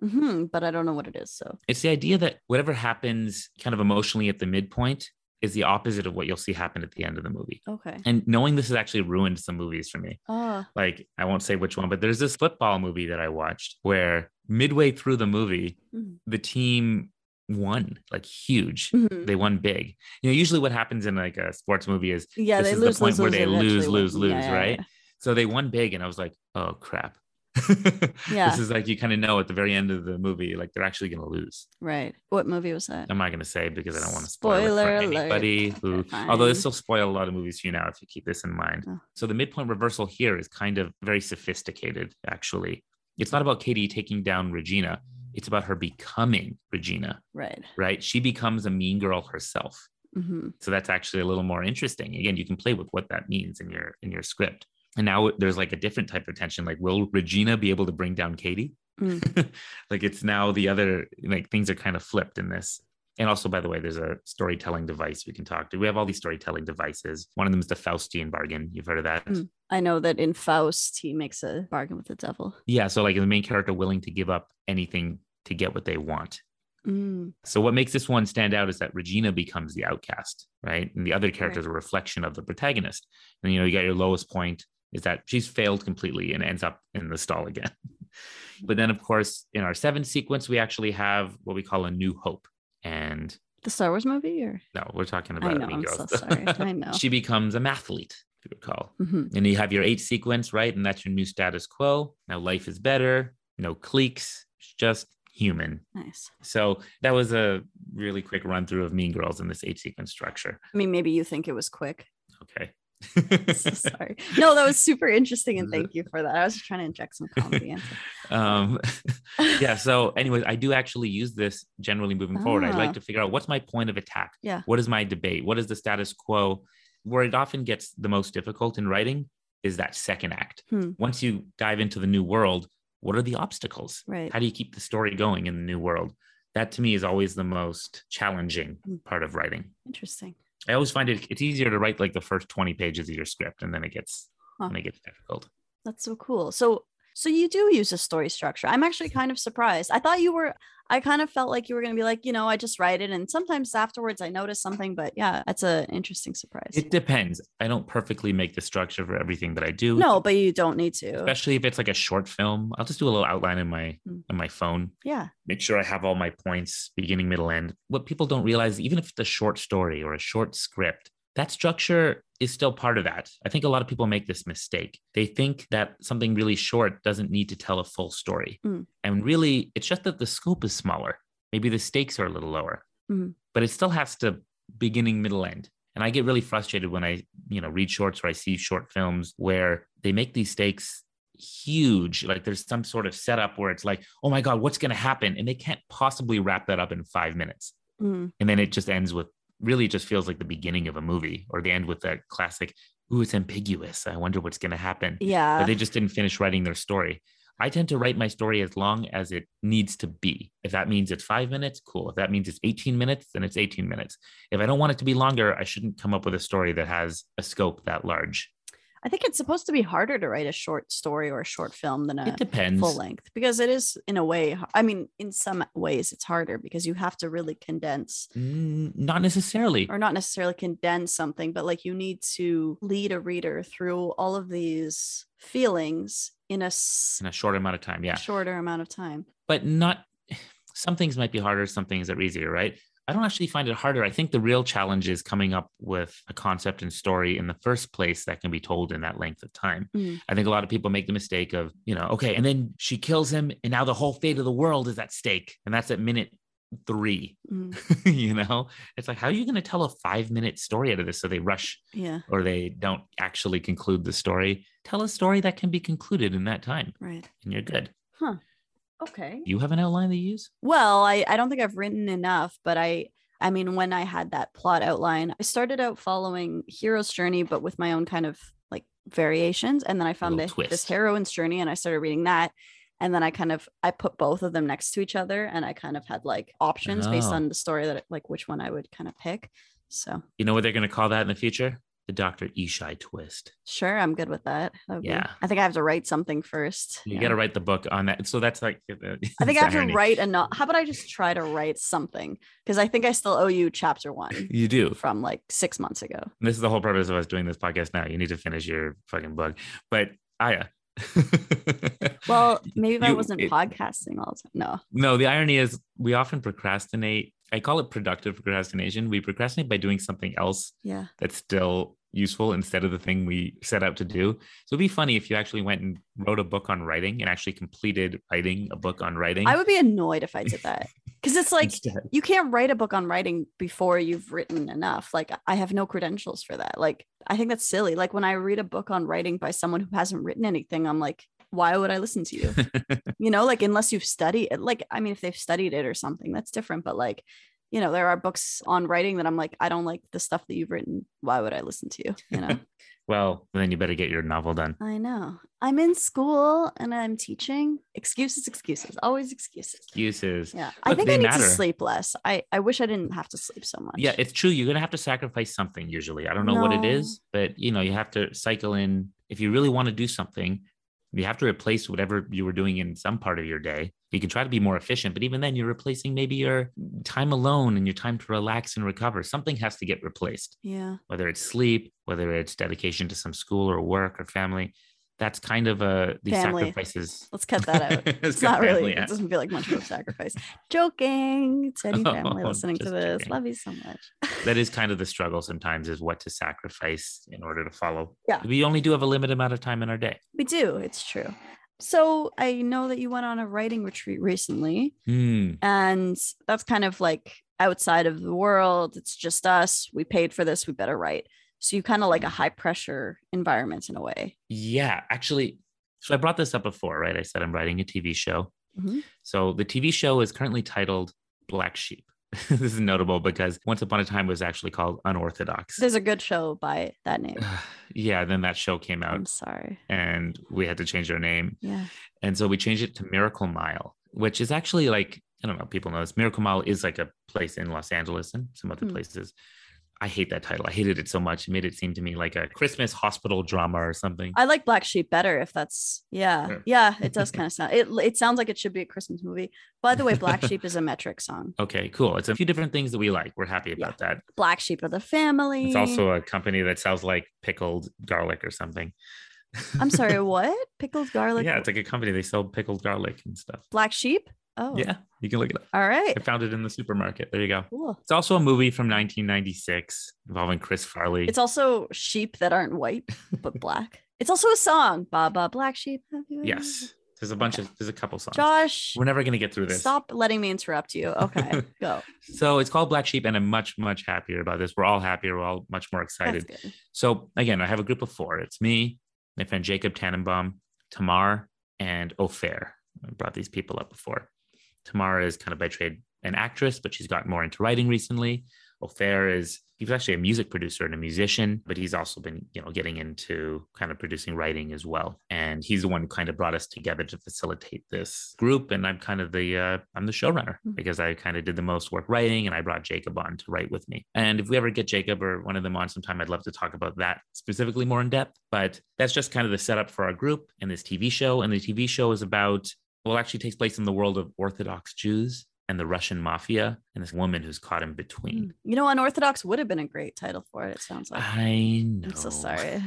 hmm But I don't know what it is. So It's the idea that whatever happens kind of emotionally at the midpoint is the opposite of what you'll see happen at the end of the movie. okay. And knowing this has actually ruined some movies for me. Oh, Like, I won't say which one, but there's this football movie that I watched where midway through the movie, Mhm. the team won like huge. Mhm. They won big. You know, usually what happens in like a sports movie is Yeah, This they is the lose, point lose, where lose, they and eventually lose, lose, win. Yeah, lose, yeah, right? yeah. so they won big, and I was like, oh crap. Yeah. This is like you kind of know at the very end of the movie, like they're actually gonna lose. Right. What movie was that? I'm not gonna say because I don't want to spoil Spoiler it for alert. anybody who Okay, although fine. this will spoil a lot of movies for you now if you keep this in mind. Oh. So the midpoint reversal here is kind of very sophisticated, actually. It's not about Katie taking down Regina, it's about her becoming Regina, Right. right? She becomes a mean girl herself. hmm So that's actually a little more interesting. Again, you can play with what that means in your in your script. And now there's like a different type of tension. Like, will Regina be able to bring down Katie? like it's now the other like things are kind of flipped in this. And also, by the way, there's a storytelling device we can talk to. We have all these storytelling devices. One of them is the Faustian bargain. You've heard of that? Mm. I know that in Faust, he makes a bargain with the devil. Yeah. So like the main character willing to give up anything to get what they want. Mm. So what makes this one stand out is that Regina becomes the outcast, right? And the other characters are a reflection of the protagonist. And you know, you got your lowest point is that she's failed completely and ends up in the stall again. but then of course, in our seventh sequence, we actually have what we call a new hope. And The Star Wars movie, or no, we're talking I about know. Mean I'm so Girls. sorry. I know. she becomes a mathlete, if you recall. Mhm. And you have your eight sequence, right? And that's your new status quo. Now life is better, no cliques, it's just human Nice. so that was a really quick run through of Mean Girls in this eight sequence structure. I mean, maybe you think it was quick. Okay. So sorry. No, that was super interesting, and thank you for that. I was just trying to inject some comedy into. um, yeah. So, anyways, I do actually use this generally moving forward. I Ah. like to figure out what's my point of attack. Yeah. What is my debate? What is the status quo? Where it often gets the most difficult in writing is that second act. Hmm. Once you dive into the new world, what are the obstacles? Right. How do you keep the story going in the new world? That to me is always the most challenging Hmm. part of writing. Interesting. I always find it it's easier to write like the first 20 pages of your script and then it gets Huh. then it gets difficult. That's so cool. So so you do use a story structure. I'm actually kind of surprised. I thought you were I kind of felt like you were going to be like, you know, I just write it and sometimes afterwards I notice something, but yeah, that's an interesting surprise. It depends. I don't perfectly make the structure for everything that I do. no, but you don't need to. Especially if it's like a short film. I'll just do a little outline in my Mm. on my phone. Yeah. Make sure I have all my points, beginning, middle, end. What people don't realize, even if it's a short story or a short script, that structure is still part of that. I think a lot of people make this mistake. They think that something really short doesn't need to tell a full story. Mm. And really, it's just that the scope is smaller. Maybe the stakes are a little lower, Mhm. but it still has to beginning, middle, end. And I get really frustrated when I, you know, read shorts or I see short films where they make these stakes huge. Like there's some sort of setup where it's like, oh my God, what's going to happen? And they can't possibly wrap that up in five minutes Mm. and then it just ends with really just feels like the beginning of a movie or the end with that classic ooh it's ambiguous i wonder what's going to happen but Yeah. they just didn't finish writing their story i tend to write my story as long as it needs to be if that means it's five minutes cool if that means it's 18 minutes then it's 18 minutes if i don't want it to be longer i shouldn't come up with a story that has a scope that large I think it's supposed to be harder to write a short story or a short film than a it depends full length because it is in a way h- I mean, in some ways it's harder because you have to really condense Mm, not necessarily or not necessarily condense something, but like you need to lead a reader through all of these feelings in a s- in a short amount of time yeah shorter amount of time. but not some things might be harder some things are easier right i don't actually find it harder i think the real challenge is coming up with a concept and story in the first place that can be told in that length of time Mm. i think a lot of people make the mistake of you know okay and then she kills him and now the whole fate of the world is at stake and that's at minute three Mm, you know it's like how are you going to tell a five minute story out of this so they rush yeah, or they don't actually conclude the story tell a story that can be concluded in that time right. and you're good Okay. you have an outline that you use Well, I, I don't think I've written enough, but I I mean, when I had that plot outline, I started out following hero's journey, but with my own kind of like variations. And then I found little a- this twist. heroine's journey and I started reading that. And then I kind of I put both of them next to each other and I kind of had like options based Oh. on the story that like which one I would kind of pick. So You know what they're going to call that in the future? The Dr. Ishai twist. sure, I'm good with that. That would be- Yeah. I think I have to write something first. You Yeah. got to write the book on that. So that's like, I think I have to write a no- how about I just try to write something? Because I think I still owe you chapter one. You do. from like six months ago. And this is the whole purpose of us doing this podcast now. You need to finish your fucking book. But Aya. Well, maybe if I You- wasn't it- podcasting all the time. No. no, the irony is we often procrastinate I call it productive procrastination. We procrastinate by doing something else Yeah. that's still useful instead of the thing we set out to do. So it'd be funny if you actually went and wrote a book on writing and actually completed writing a book on writing. I would be annoyed if I did that because it's like instead. you can't write a book on writing before you've written enough. Like I have no credentials for that. Like I think that's silly. Like when I read a book on writing by someone who hasn't written anything, I'm like, why would I listen to you? you know, like unless you've studied it. Like I mean, if they've studied it or something, that's different. But like, you know, there are books on writing that I'm like, I don't like the stuff that you've written. Why would I listen to you? You know. well, then you better get your novel done. I know. I'm in school and I'm teaching. Excuses, excuses, always excuses. Excuses. Yeah. I Look, think they I need matter. to sleep less. I, I wish I didn't have to sleep so much. Yeah, it's true. You're gonna have to sacrifice something usually. I don't know what it No. is, but you know, you have to cycle in if you really want to do something, you have to replace whatever you were doing in some part of your day. You can try to be more efficient, but even then you're replacing maybe your time alone and your time to relax and recover. Something has to get replaced, yeah. whether it's sleep, whether it's dedication to some school or work or family. That's kind of a the Family. sacrifices. Let's cut that out. It's not really, it doesn't feel like much of a sacrifice. Joking to any family Oh, listening to just this. joking. Love you so much. that is kind of the struggle sometimes is what to sacrifice in order to follow. Yeah. We only do have a limited amount of time in our day. We do. It's true. So I know that you went on a writing retreat recently. Hmm. and that's kind of like outside of the world it's just us we paid for this we better write so you kind of like a high pressure environment in a way Yeah. Actually, so I brought this up before, right? I said I'm writing a TV show. Mhm. So the TV show is currently titled Black Sheep. this is notable because once upon a time it was actually called Unorthodox. there's a good show by that name yeah. Then that show came i'm out sorry and we had to change our name. yeah And so we changed it to Miracle Mile, which is actually like, I don't know, people know this. Miracle Mile is like a place in Los Angeles and some other Hmm. places. I hate that title. I hated it so much. It made it seem to me like a Christmas hospital drama or something. i like black sheep better if that's yeah Sure. yeah it does kind of sound it, it sounds like it should be a christmas movie by the way black sheep is a metric song Okay, cool. It's a few different things that we like. We're happy about that. black sheep of the family It's also a company that sells like pickled garlic or something. i'm sorry what pickled garlic yeah, it's like a company. They sell pickled garlic and stuff. black sheep oh Yeah, you can look it up. all right I found it in the supermarket. There you go. cool It's also a movie from 1996 involving Chris Farley. It's also sheep that aren't white but black. It's also a song, "Ba Ba Black Sheep." have you ever- Yes. There's a bunch Mm. Okay. of there's a couple songs. Josh, We're never gonna get through this. stop letting me interrupt you. Okay, go. So it's called Black Sheep, and I'm much, much happier about this. We're all happier, we're all much more That's excited. good. So again, I have a group of four. It's me, my friend Jacob Tannenbaum, Tamar, and Ofair. I brought these people up before. Tamar is kind of by trade an actress, but she's gotten more into writing recently. Ofair is he was actually a music producer and a musician, but he's also been, you know, getting into kind of producing writing as well. And he's the one who kind of brought us together to facilitate this group. And I'm kind of the uh, I'm the showrunner Mhm. because I kind of did the most work writing, and I brought Jacob on to write with me. And if we ever get Jacob or one of them on sometime, I'd love to talk about that specifically more in depth. But that's just kind of the setup for our group and this TV show. And the TV show is about well, actually takes place in the world of Orthodox Jews and the Russian mafia, and this woman who's caught in between. Mm. You know, Unorthodox would have been a great title for it. It sounds Ah. like. I know. I'm so sorry.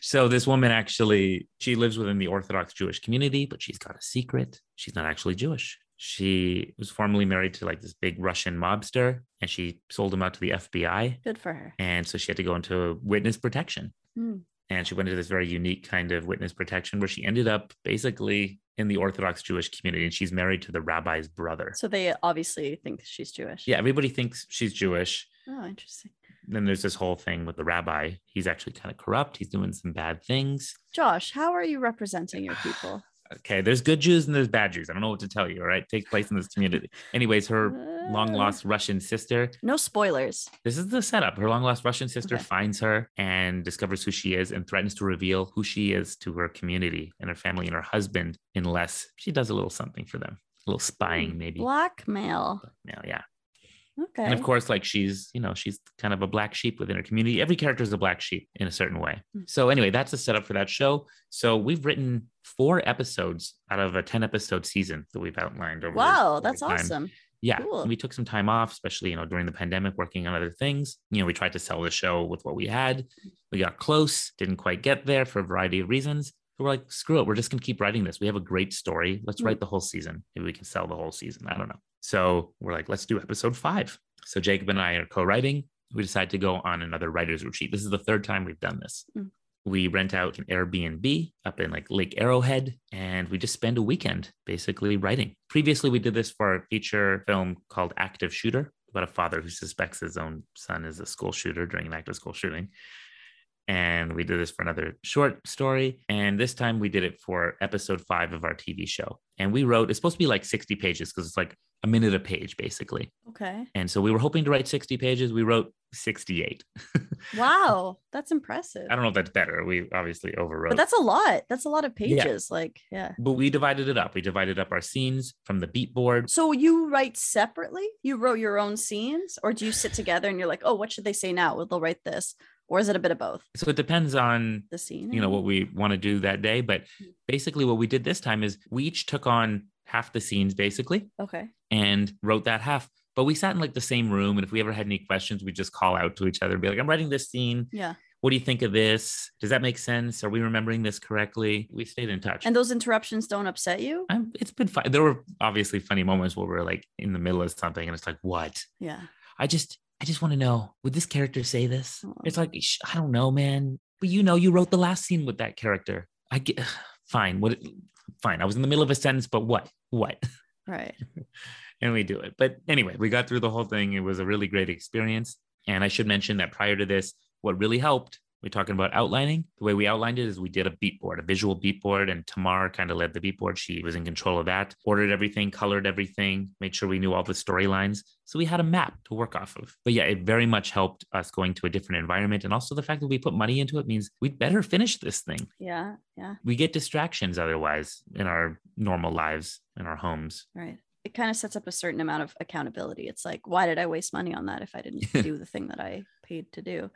so this woman actually, she lives within the Orthodox Jewish community, but she's got a secret. She's not actually Jewish. She was formerly married to like this big Russian mobster, and she sold him out to the FBI, Good for her. and so she had to go into witness protection. Hmm. And she went into this very unique kind of witness protection where she ended up basically in the Orthodox Jewish community, and she's married to the rabbi's brother. So they obviously think she's Jewish. Yeah, everybody thinks she's Jewish. Oh, interesting. then there's this whole thing with the rabbi. He's actually kind of corrupt. He's doing some bad things. Josh, how are you representing your people? Okay, there's good Jews and there's bad Jews. I don't know what to tell you. All right, takes place in this community. Anyways, her long Uh, lost Russian sister. No spoilers. This is the setup. Her long lost Russian sister Okay. finds her and discovers who she is and threatens to reveal who she is to her community and her family and her husband unless she does a little something for them, a little spying maybe. Blackmail. Yeah, yeah. Okay. And of course, like she's, you know, she's kind of a black sheep within her community. Every character is a black sheep in a certain way. Mm. So, anyway, that's the setup for that show. So, we've written four episodes out of a 10 episode season that we've outlined over. Wow, over that's time. awesome. Yeah. Cool. We took some time off, especially, you know, during the pandemic, working on other things. You know, we tried to sell the show with what we had. We got close, didn't quite get there for a variety of reasons. So we're like, screw it. We're just going to keep writing this. We have a great story. Let's Mm. write the whole season. Maybe we can sell the whole season. I don't know. So we're like, let's do episode five. So Jacob and I are co writing. We decide to go on another writer's retreat. This is the third time we've done this. Mm. We rent out an Airbnb up in like Lake Arrowhead and we just spend a weekend basically writing. Previously, we did this for a feature film called Active Shooter about a father who suspects his own son is a school shooter during an active school shooting. And we did this for another short story. And this time we did it for episode five of our TV show. And we wrote, it's supposed to be like 60 pages because it's like a minute a page, basically. Okay. And so we were hoping to write 60 pages. We wrote 68. Wow. That's impressive. I don't know if that's better. We obviously overwrote. But that's a lot. That's a lot of Yeah. pages. Like, yeah. but we divided it up. We divided up our scenes from the beat board. So you write separately? You wrote your own scenes, or do you sit together and you're like, oh, what should they say now? Well, they'll write this, or is it a bit of both? So it depends on The scene, you know what we want to do that day but basically what we did this time is we each took on half the scenes basically Okay. and wrote that half but we sat in like the same room and if we ever had any questions we just call out to each other and be like i'm writing this scene Yeah. what do you think of this does that make sense are we remembering this correctly we stayed in touch And those interruptions don't upset you? I'm, it's been fun there were obviously funny moments where we're like in the middle of something and it's like what Yeah. i just i just want to know would this character say this Oh. it's like "Sh- i don't know man but you know you wrote the last scene with that character i get fine what fine i was in the middle of a sentence but what what Right. and we do it but anyway we got through the whole thing it was a really great experience and i should mention that prior to this what really helped we're talking about outlining the way we outlined it is we did a beat board a visual beat board and tamar kind of led the beat board she was in control of that ordered everything colored everything made sure we knew all the storylines so we had a map to work off of but yeah it very much helped us going to a different environment and also the fact that we put money into it means we'd better finish this thing Yeah. Yeah. we get distractions otherwise in our normal lives in our homes Right. It kind of sets up a certain amount of accountability. It's like, why did I waste money on that if I didn't do the thing that I paid to do?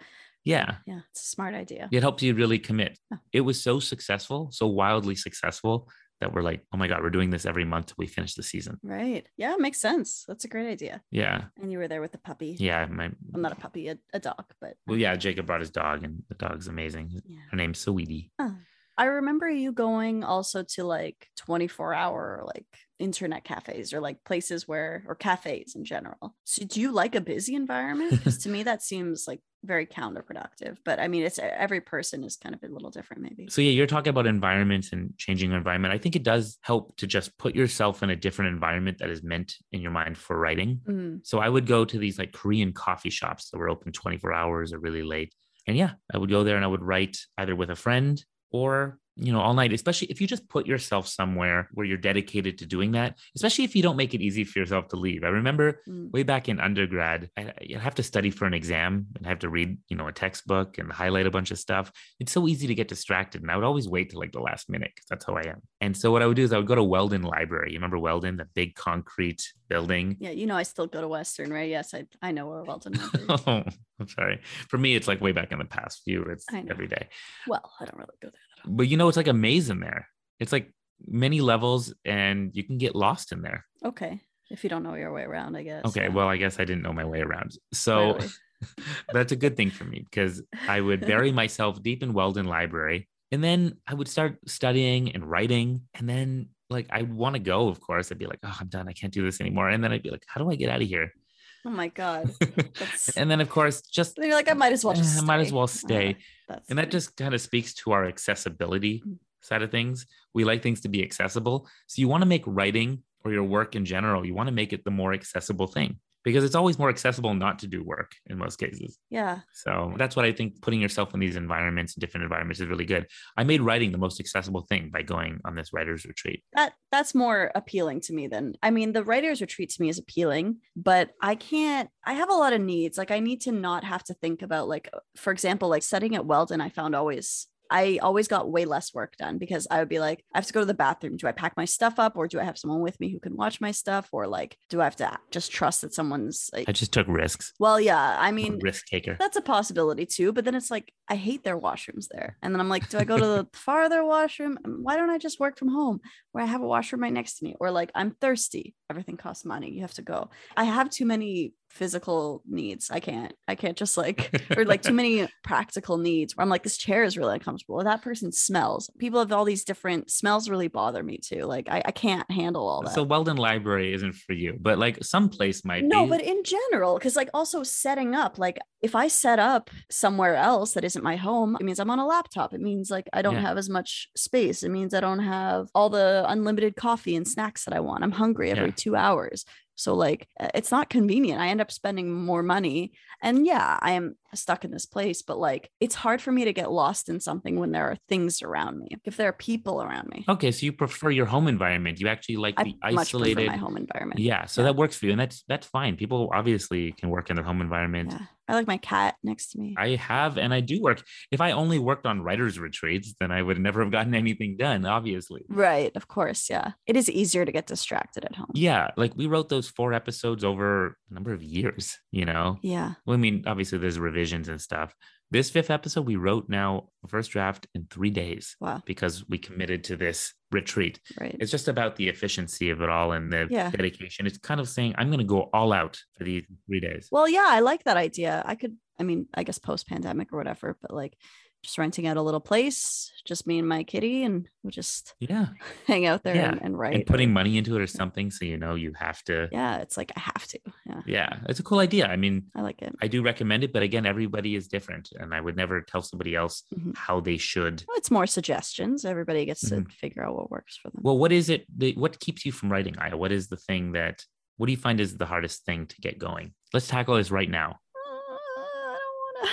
yeah Yeah. It's a smart idea. it helps you really commit. Yeah. It was so successful, so wildly successful that we're like, oh my God, we're doing this every month till we finish the season. Right. Yeah. Makes sense. That's a great idea. Yeah. And you were there with the puppy. Yeah. My I'm not a puppy, a, a dog, but well, yeah, Jacob brought his dog and the dog's amazing. yeah. Her name's Saweetie. Oh. I remember you going also to like 24 hour like internet cafes or like places where or cafes in general. So do you like a busy environment? Because to me that seems like very counterproductive. But I mean it's e, every person is kind of a little different maybe. So yeah, you're talking about environments and changing your environment. I think it does help to just put yourself in a different environment that is meant in your mind for writing. Mm, So I would go to these like Korean coffee shops that were open 24 hours or really late. And yeah, I would go there and I would write either with a friend or, you know, all night, especially if you just put yourself somewhere where you're dedicated to doing that, especially if you don't make it easy for yourself to leave. I remember mm. way back in undergrad, I, I have to study for an exam and I have to read, you know, a textbook and highlight a bunch of stuff. It's so easy to get distracted. And I would always wait till like the last minute because that's how I am. And so what I would do is I would go to Weldon Library. You remember Weldon, the big concrete building? Yeah, you know I still go to Western, right? Yes, I I know where Weldon Library is. oh, I'm sorry. For me, it's like way back in the past few. It's I know. every day. Well, I don't really go there. But you know, it's like a maze in there. It's like many levels and you can get lost in there. Okay. If you don't know your way around, I guess. Okay. yeah. Well, I guess I didn't know my way around. So Clearly. that's a good thing for me because I would bury myself deep in Weldon Library and then I would start studying and writing. And then, like, I'd want to go, of course. I'd be like, oh, I'm done. I can't do this anymore. And then I'd be like, how do I get out of here? Oh my god. That's and then, of course, just then you're like I might as well just Eh, I might as stay. well Uh, stay. that's And that funny. just kind of speaks to our accessibility Mm. side of things. We like things to be accessible. So you want to make writing or your work in general, you want to make it the more accessible thing because it's always more accessible not to do work in most cases. Yeah. So that's what I think putting yourself in these environments, different environments, is really good. I made writing the most accessible thing by going on this writer's retreat. that that's more appealing to me than i mean the writers retreat to me is appealing but i can't i have a lot of needs like i need to not have to think about like for example like studying at weldon i found always I always got way less work done because I would be like, I have to go to the bathroom. Do I pack my stuff up or do I have someone with me who can watch my stuff? Or like, do I have to just trust that someone's like, I just took risks. well, yeah, I I'm a mean, risk taker. that's a possibility too. But then it's like, I hate their washrooms there. And then I'm like, do I go to the farther washroom? Um, Why don't I just work from home where I have a washroom right next to me? Or like, I'm thirsty. Everything costs money. You have to go. I have too many physical needs. I can't. I can't just like or like too many practical needs where I'm like, this chair is really uncomfortable. Or that person smells. People have all these different smells really bother me too. Like I, I can't handle all that. So Weldon Library isn't for you, but like someplace might no, be. but in general, because like also setting up, like if I set up somewhere else that isn't my home, it means I'm on a laptop. It means like I don't Yeah. have as much space. It means I don't have all the unlimited coffee and snacks that I want. I'm hungry every Yeah. two hours. So like uh, it's not convenient. I end up spending more money. And yeah, I am stuck in this place, but like it's hard for me to get lost in something when there are things around me. If there are people around me, okay, so you prefer your home environment. You actually like I the much prefer isolated. my home environment. Yeah, so Yeah. that works for you, and that's that's fine. People obviously can work in their home environment. Yeah. I like my cat next to me. I have, and I do work. If I only worked on writers' retreats, then I would never have gotten anything done. Obviously, Right, of course, yeah. It is easier to get distracted at home. yeah. Like we wrote those four episodes over a number of years. You know, Yeah. Well, I mean, obviously there's revisions and stuff. This fifth episode we wrote now first draft in three days Wow. because we committed to this retreat. Right. It's just about the efficiency of it all and the Yeah. dedication. It's kind of saying I'm going to go all out for these three days. well, yeah, I like that idea. I could, I mean, I guess post pandemic or whatever, but like just renting out a little place, just me and my kitty, and we'll just Yeah, hang out there Yeah, and, and write. and putting money into it or something, so you know you have to. yeah, Yeah. it's like I have to. Yeah, it's a cool idea. I mean, I like it. I do recommend it, but again, everybody is different, and I would never tell somebody else Mhm. how they should. Well, it's more suggestions. Everybody gets to figure out what works for them. Mm-hmm. Well, what is it? That, what keeps you from writing? I. What is the thing that? What do you find is the hardest thing to get going? Let's tackle this right now. "Uh, I don't want to.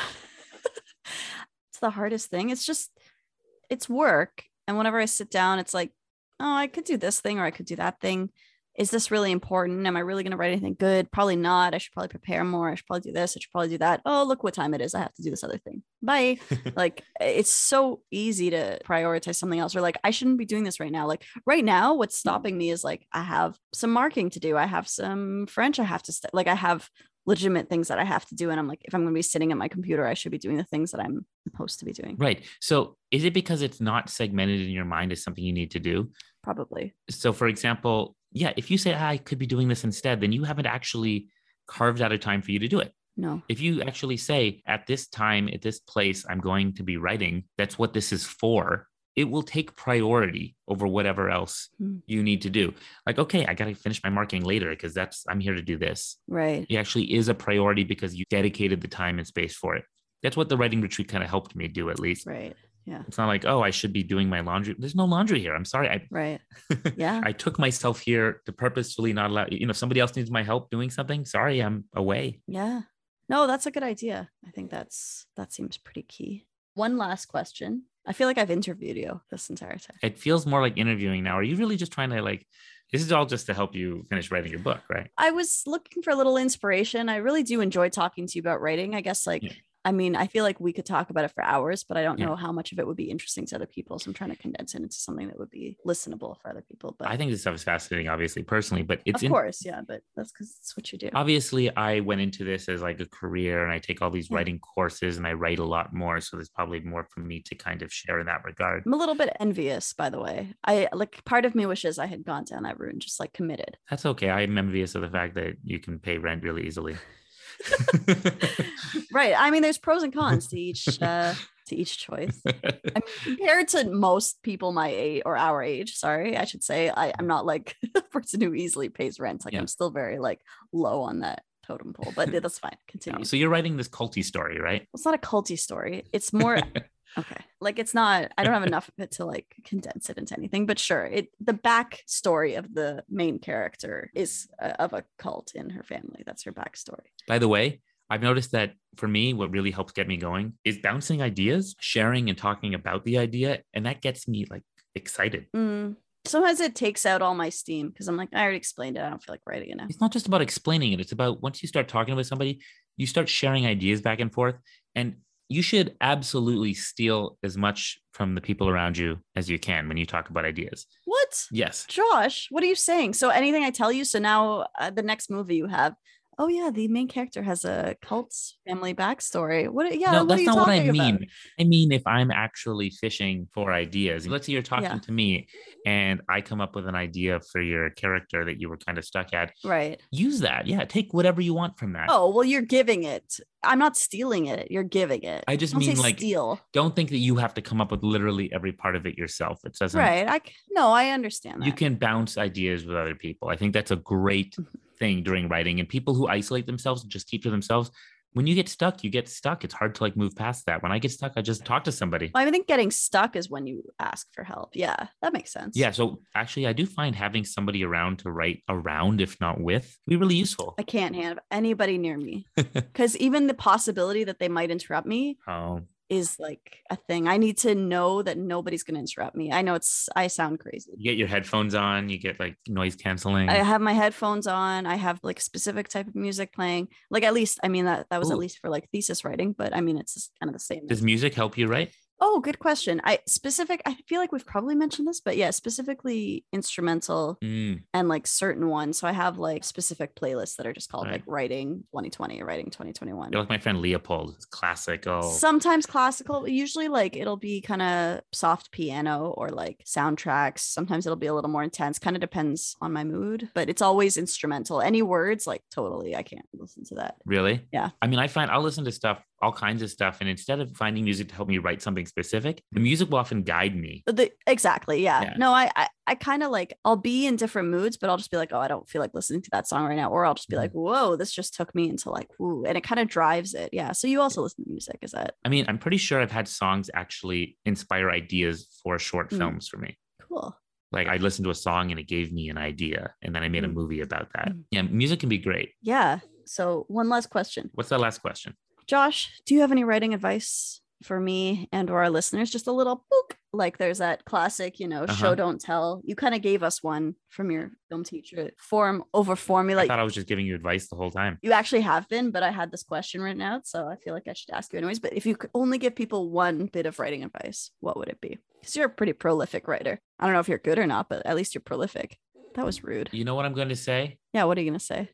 it's the hardest thing. It's just, it's work. And whenever I sit down, it's like, oh, I could do this thing or I could do that thing. Is this really important? Am I really going to write anything good? Probably not. I should probably prepare more. I should probably do this. I should probably do that. Oh, look what time it is. I have to do this other thing. Bye. like, it's so easy to prioritize something else or like, I shouldn't be doing this right now. Like, right now, what's stopping me is like, I have some marking to do. I have some French I have to, st- like, I have legitimate things that I have to do. And I'm like, if I'm going to be sitting at my computer, I should be doing the things that I'm supposed to be doing. Right. So, is it because it's not segmented in your mind as something you need to do? Probably. so for example yeah if you say "Ah, i could be doing this instead then you haven't actually carved out a time for you to do it No. if you actually say at this time at this place i'm going to be writing that's what this is for it will take priority over whatever else Hmm. you need to do like okay i gotta finish my marketing later because that's i'm here to do this Right. it actually is a priority because you dedicated the time and space for it that's what the writing retreat kind of helped me do at least Right. it's not like oh i should be doing my laundry there's no laundry here i'm sorry i Right. Yeah. I took myself here to purposefully not allow, you know, if somebody else needs my help doing something. Sorry, I'm away. Yeah. No, that's a good idea. I think that's, that seems pretty key. One last question. I feel like I've interviewed you this entire time. It feels more like interviewing now. Are you really just trying to like, this is all just to help you finish writing your book, right? I was looking for a little inspiration. I really do enjoy talking to you about writing. I guess, like, Yeah. I mean, I feel like we could talk about it for hours, but I don't Yeah. know how much of it would be interesting to other people. So I'm trying to condense it into something that would be listenable for other people. But I think this stuff is fascinating, obviously, personally, but it's of in- course, yeah, but that's because it's what you do. obviously I went into this as like a career and I take all these Yeah. writing courses and I write a lot more. So there's probably more for me to kind of share in that regard. I'm a little bit envious, by the way. I like part of me wishes I had gone down that route and just like committed. That's okay. I'm envious of the fact that you can pay rent really easily. Right. I mean, there's pros and cons to each uh, to each choice. I mean, compared to most people my age or our age, sorry, I should say, I, I'm not like a person who easily pays rent. Like Yeah. I'm still very like low on that totem pole, but that's fine. Continue. so you're writing this culty story, right? it's not a culty story. It's more okay. Like it's not. I don't have enough of it to like condense it into anything. But sure, it the backstory of the main character is uh, of a cult in her family. That's her backstory. By the way, I've noticed that for me, what really helps get me going is bouncing ideas, sharing and talking about the idea. And that gets me like excited. Mm. Sometimes it takes out all my steam because I'm like, I already explained it. I don't feel like writing it now. It's not just about explaining it, it's about once you start talking with somebody, you start sharing ideas back and forth. And you should absolutely steal as much from the people around you as you can when you talk about ideas. What? Yes. Josh, what are you saying? So anything I tell you, so now uh, the next movie you have, oh yeah, the main character has a cult family backstory. What? Yeah, no, what are that's you not what I talking mean. about? I mean, if I'm actually fishing for ideas, let's say you're talking Yeah. to me and I come up with an idea for your character that you were kind of stuck at, Right. use that. Yeah, take whatever you want from that. Oh well, you're giving it. I'm not stealing it. You're giving it. I just don't mean say like steal. don't think that you have to come up with literally every part of it yourself. It doesn't Right. I c- no, I understand that. you can bounce ideas with other people. I think that's a great Mm-hmm. thing during writing. And people who isolate themselves and just keep to themselves, when you get stuck, you get stuck. It's hard to like move past that. When I get stuck, I just talk to somebody. Well, I think getting stuck is when you ask for help. Yeah, that makes sense. Yeah. So actually, I do find having somebody around to write around, if not with, be really useful. I can't have anybody near me because even the possibility that they might interrupt me Um, is like a thing. I need to know that nobody's going to interrupt me. I know it's, I sound crazy. you get your headphones on, you get like noise canceling. I have my headphones on. I have like specific type of music playing. Like at least, I mean that that was Ooh. at least for like thesis writing, but I mean it's just kind of the same. Does music help you write? Oh, good question. I specific. I feel like we've probably mentioned this, but yeah, specifically instrumental Mm, and like certain ones. So I have like specific playlists that are just called Right. like writing 2020 or writing 2021. you're like my friend Leopold, it's Oh, classical. Sometimes classical, usually like it'll be kind of soft piano or like soundtracks. Sometimes it'll be a little more intense, kind of depends on my mood, but it's always instrumental. Any words, like totally, I can't listen to that. Really? Yeah. I mean, I find I'll listen to stuff, all kinds of stuff. And instead of finding music to help me write something specific, the music will often guide me. The, exactly. Yeah. Yeah. No, I, I, I kind of like, I'll be in different moods, but I'll just be like, oh, I don't feel like listening to that song right now. Or I'll just be Mhm. like, whoa, this just took me into like, woo. And it kind of drives it. Yeah. So you also listen to music, is that I mean, I'm pretty sure I've had songs actually inspire ideas for short Mm. films for me. cool? Like I listened to a song and it gave me an idea, and then I made a Mm. movie about that. Mm. Yeah, music can be great. Yeah. So, one last question. What's that last question? Josh, do you have any writing advice for me and or our listeners? Just a little book. Like there's that classic, you know, Uh-huh. show don't tell. You kind of gave us one from your film teacher. Form over formula. I thought I was just giving you advice the whole time. you actually have been, but I had this question written out, so I feel like I should ask you anyways. But if you could only give people one bit of writing advice, what would it be? Because you're a pretty prolific writer. I don't know if you're good or not, but at least you're prolific. That was rude. You know what I'm going to say? Yeah, what are you gonna say?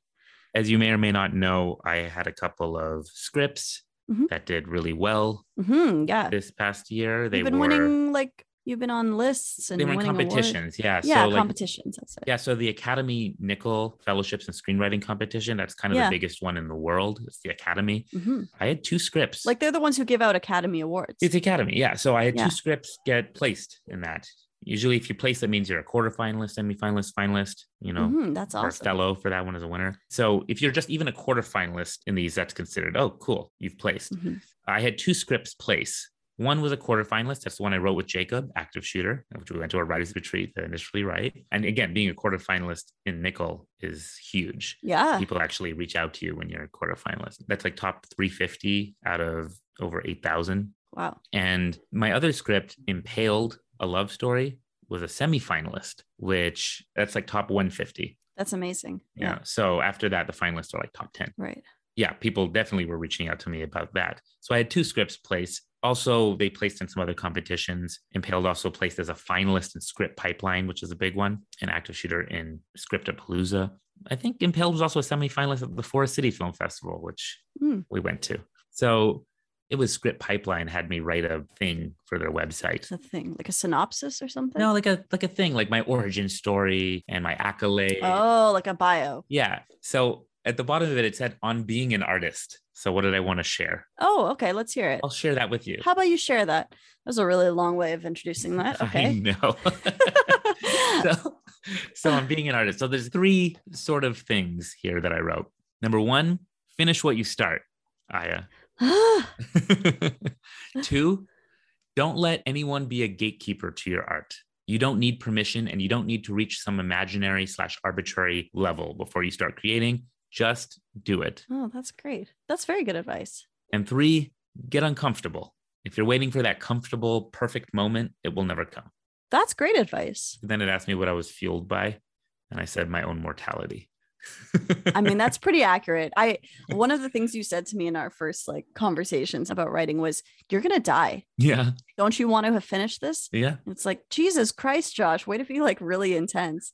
As you may or may not know, I had a couple of scripts Mhm. that did really well Hmm. Yeah, this past year. They you've been were winning like you've been on lists and they were in winning awards. competitions. Yeah. Yeah, so like competitions. That's it. Yeah, so the Academy Nickel Fellowships and Screenwriting Competition, that's kind of Yeah. the biggest one in the world. It's the Academy. Mhm. I had two scripts. Like they're the ones who give out Academy Awards. it's the Academy. Yeah. So I had Yeah. two scripts get placed in that. Usually, if you place, that means you're a quarterfinalist, semifinalist, finalist, you know, Mhm, That's or awesome. fellow for that one as a winner. So if you're just even a quarterfinalist in these, that's considered, oh, cool, you've placed. Mhm. I had two scripts place. One was a quarterfinalist. That's the one I wrote with Jacob, active shooter, which we went to a writer's retreat to initially write. And again, being a quarterfinalist in Nickel is huge. Yeah. People actually reach out to you when you're a quarterfinalist. That's like top 350 out of over 8,000. Wow. And my other script, Impaled, a love story, was a semifinalist, which that's like top 150. That's amazing. Yeah. So after that, the finalists are like top 10 Right. yeah, people definitely were reaching out to me about that. So I had two scripts placed. Also, they placed in some other competitions. Impaled also placed as a finalist in Script Pipeline, which is a big one, an active shooter in Scriptapalooza. I think Impaled was also a semifinalist at the Forest City Film Festival, which Hmm. we went to. So it was Script Pipeline had me write a thing for their website. It's a thing, like a synopsis or something. No, like a like a thing, like my origin story and my accolade. Oh, like a bio. Yeah. So at the bottom of it, it said on being an artist. So what did I want to share? Oh, okay. Let's hear it. I'll share that with you. How about you share that? That was a really long way of introducing that. I Okay. know. so, so I'm being an artist. So there's three sort of things here that I wrote. Number one, finish what you start, Aya. Two, don't let anyone be a gatekeeper to your art. You don't need permission and you don't need to reach some imaginary slash arbitrary level before you start creating. Just do it. oh, that's great. That's very good advice. And three, get uncomfortable. If you're waiting for that comfortable, perfect moment, it will never come. That's great advice. Then it asked me what I was fueled by. And I said, my own mortality. I mean, that's pretty accurate. I one of the things you said to me in our first like conversations about writing was, "You're gonna die. yeah, Don't you want to have finished this?" yeah. It's like Jesus Christ, Josh. Way to be like really intense.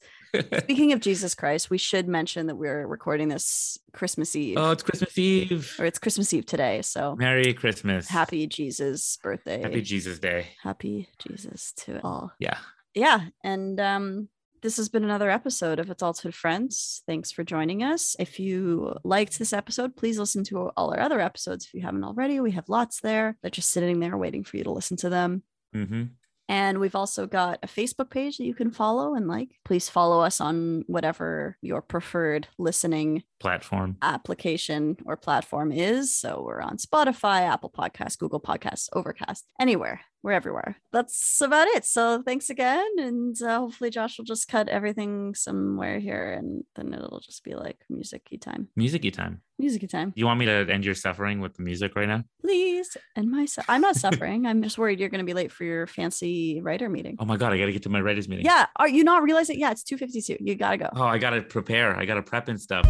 Speaking of Jesus Christ, we should mention that we're recording this Christmas Eve, oh, it's Christmas Eve. or it's Christmas Eve today. So Merry Christmas. happy Jesus birthday. Happy Jesus Day. happy Jesus to all. Yeah. Yeah. And um, this has been another episode of Adulthood Friends. Thanks for joining us. If you liked this episode, please listen to all our other episodes if you haven't already. We have lots there. They're just sitting there waiting for you to listen to them. Mm-hmm. And we've also got a Facebook page that you can follow and like. Please follow us on whatever your preferred listening Platform. application or platform is. So we're on Spotify, Apple Podcasts, Google Podcasts, Overcast, anywhere. We're everywhere. That's about it. So thanks again. And uh, hopefully, Josh will just cut everything somewhere here and then it'll just be like music time. Music time. Music time. You want me to end your suffering with the music right now? Please. And my, su- I'm not suffering. I'm just worried you're going to be late for your fancy writer meeting. Oh my god, I gotta get to my writers meeting. Yeah. Are you not realizing? Yeah, it's 2.52. You got to go. Oh, I gotta prepare. I gotta prep and stuff.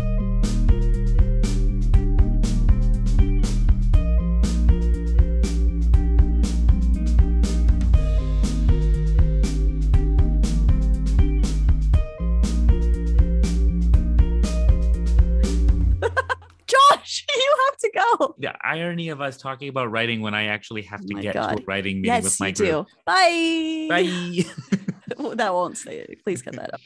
Josh, you have to go. The irony of us talking about writing when I actually have Oh to my get to God. a writing meeting Yes, with my you group. do. Bye. Bye. that won't say it. Please cut that up.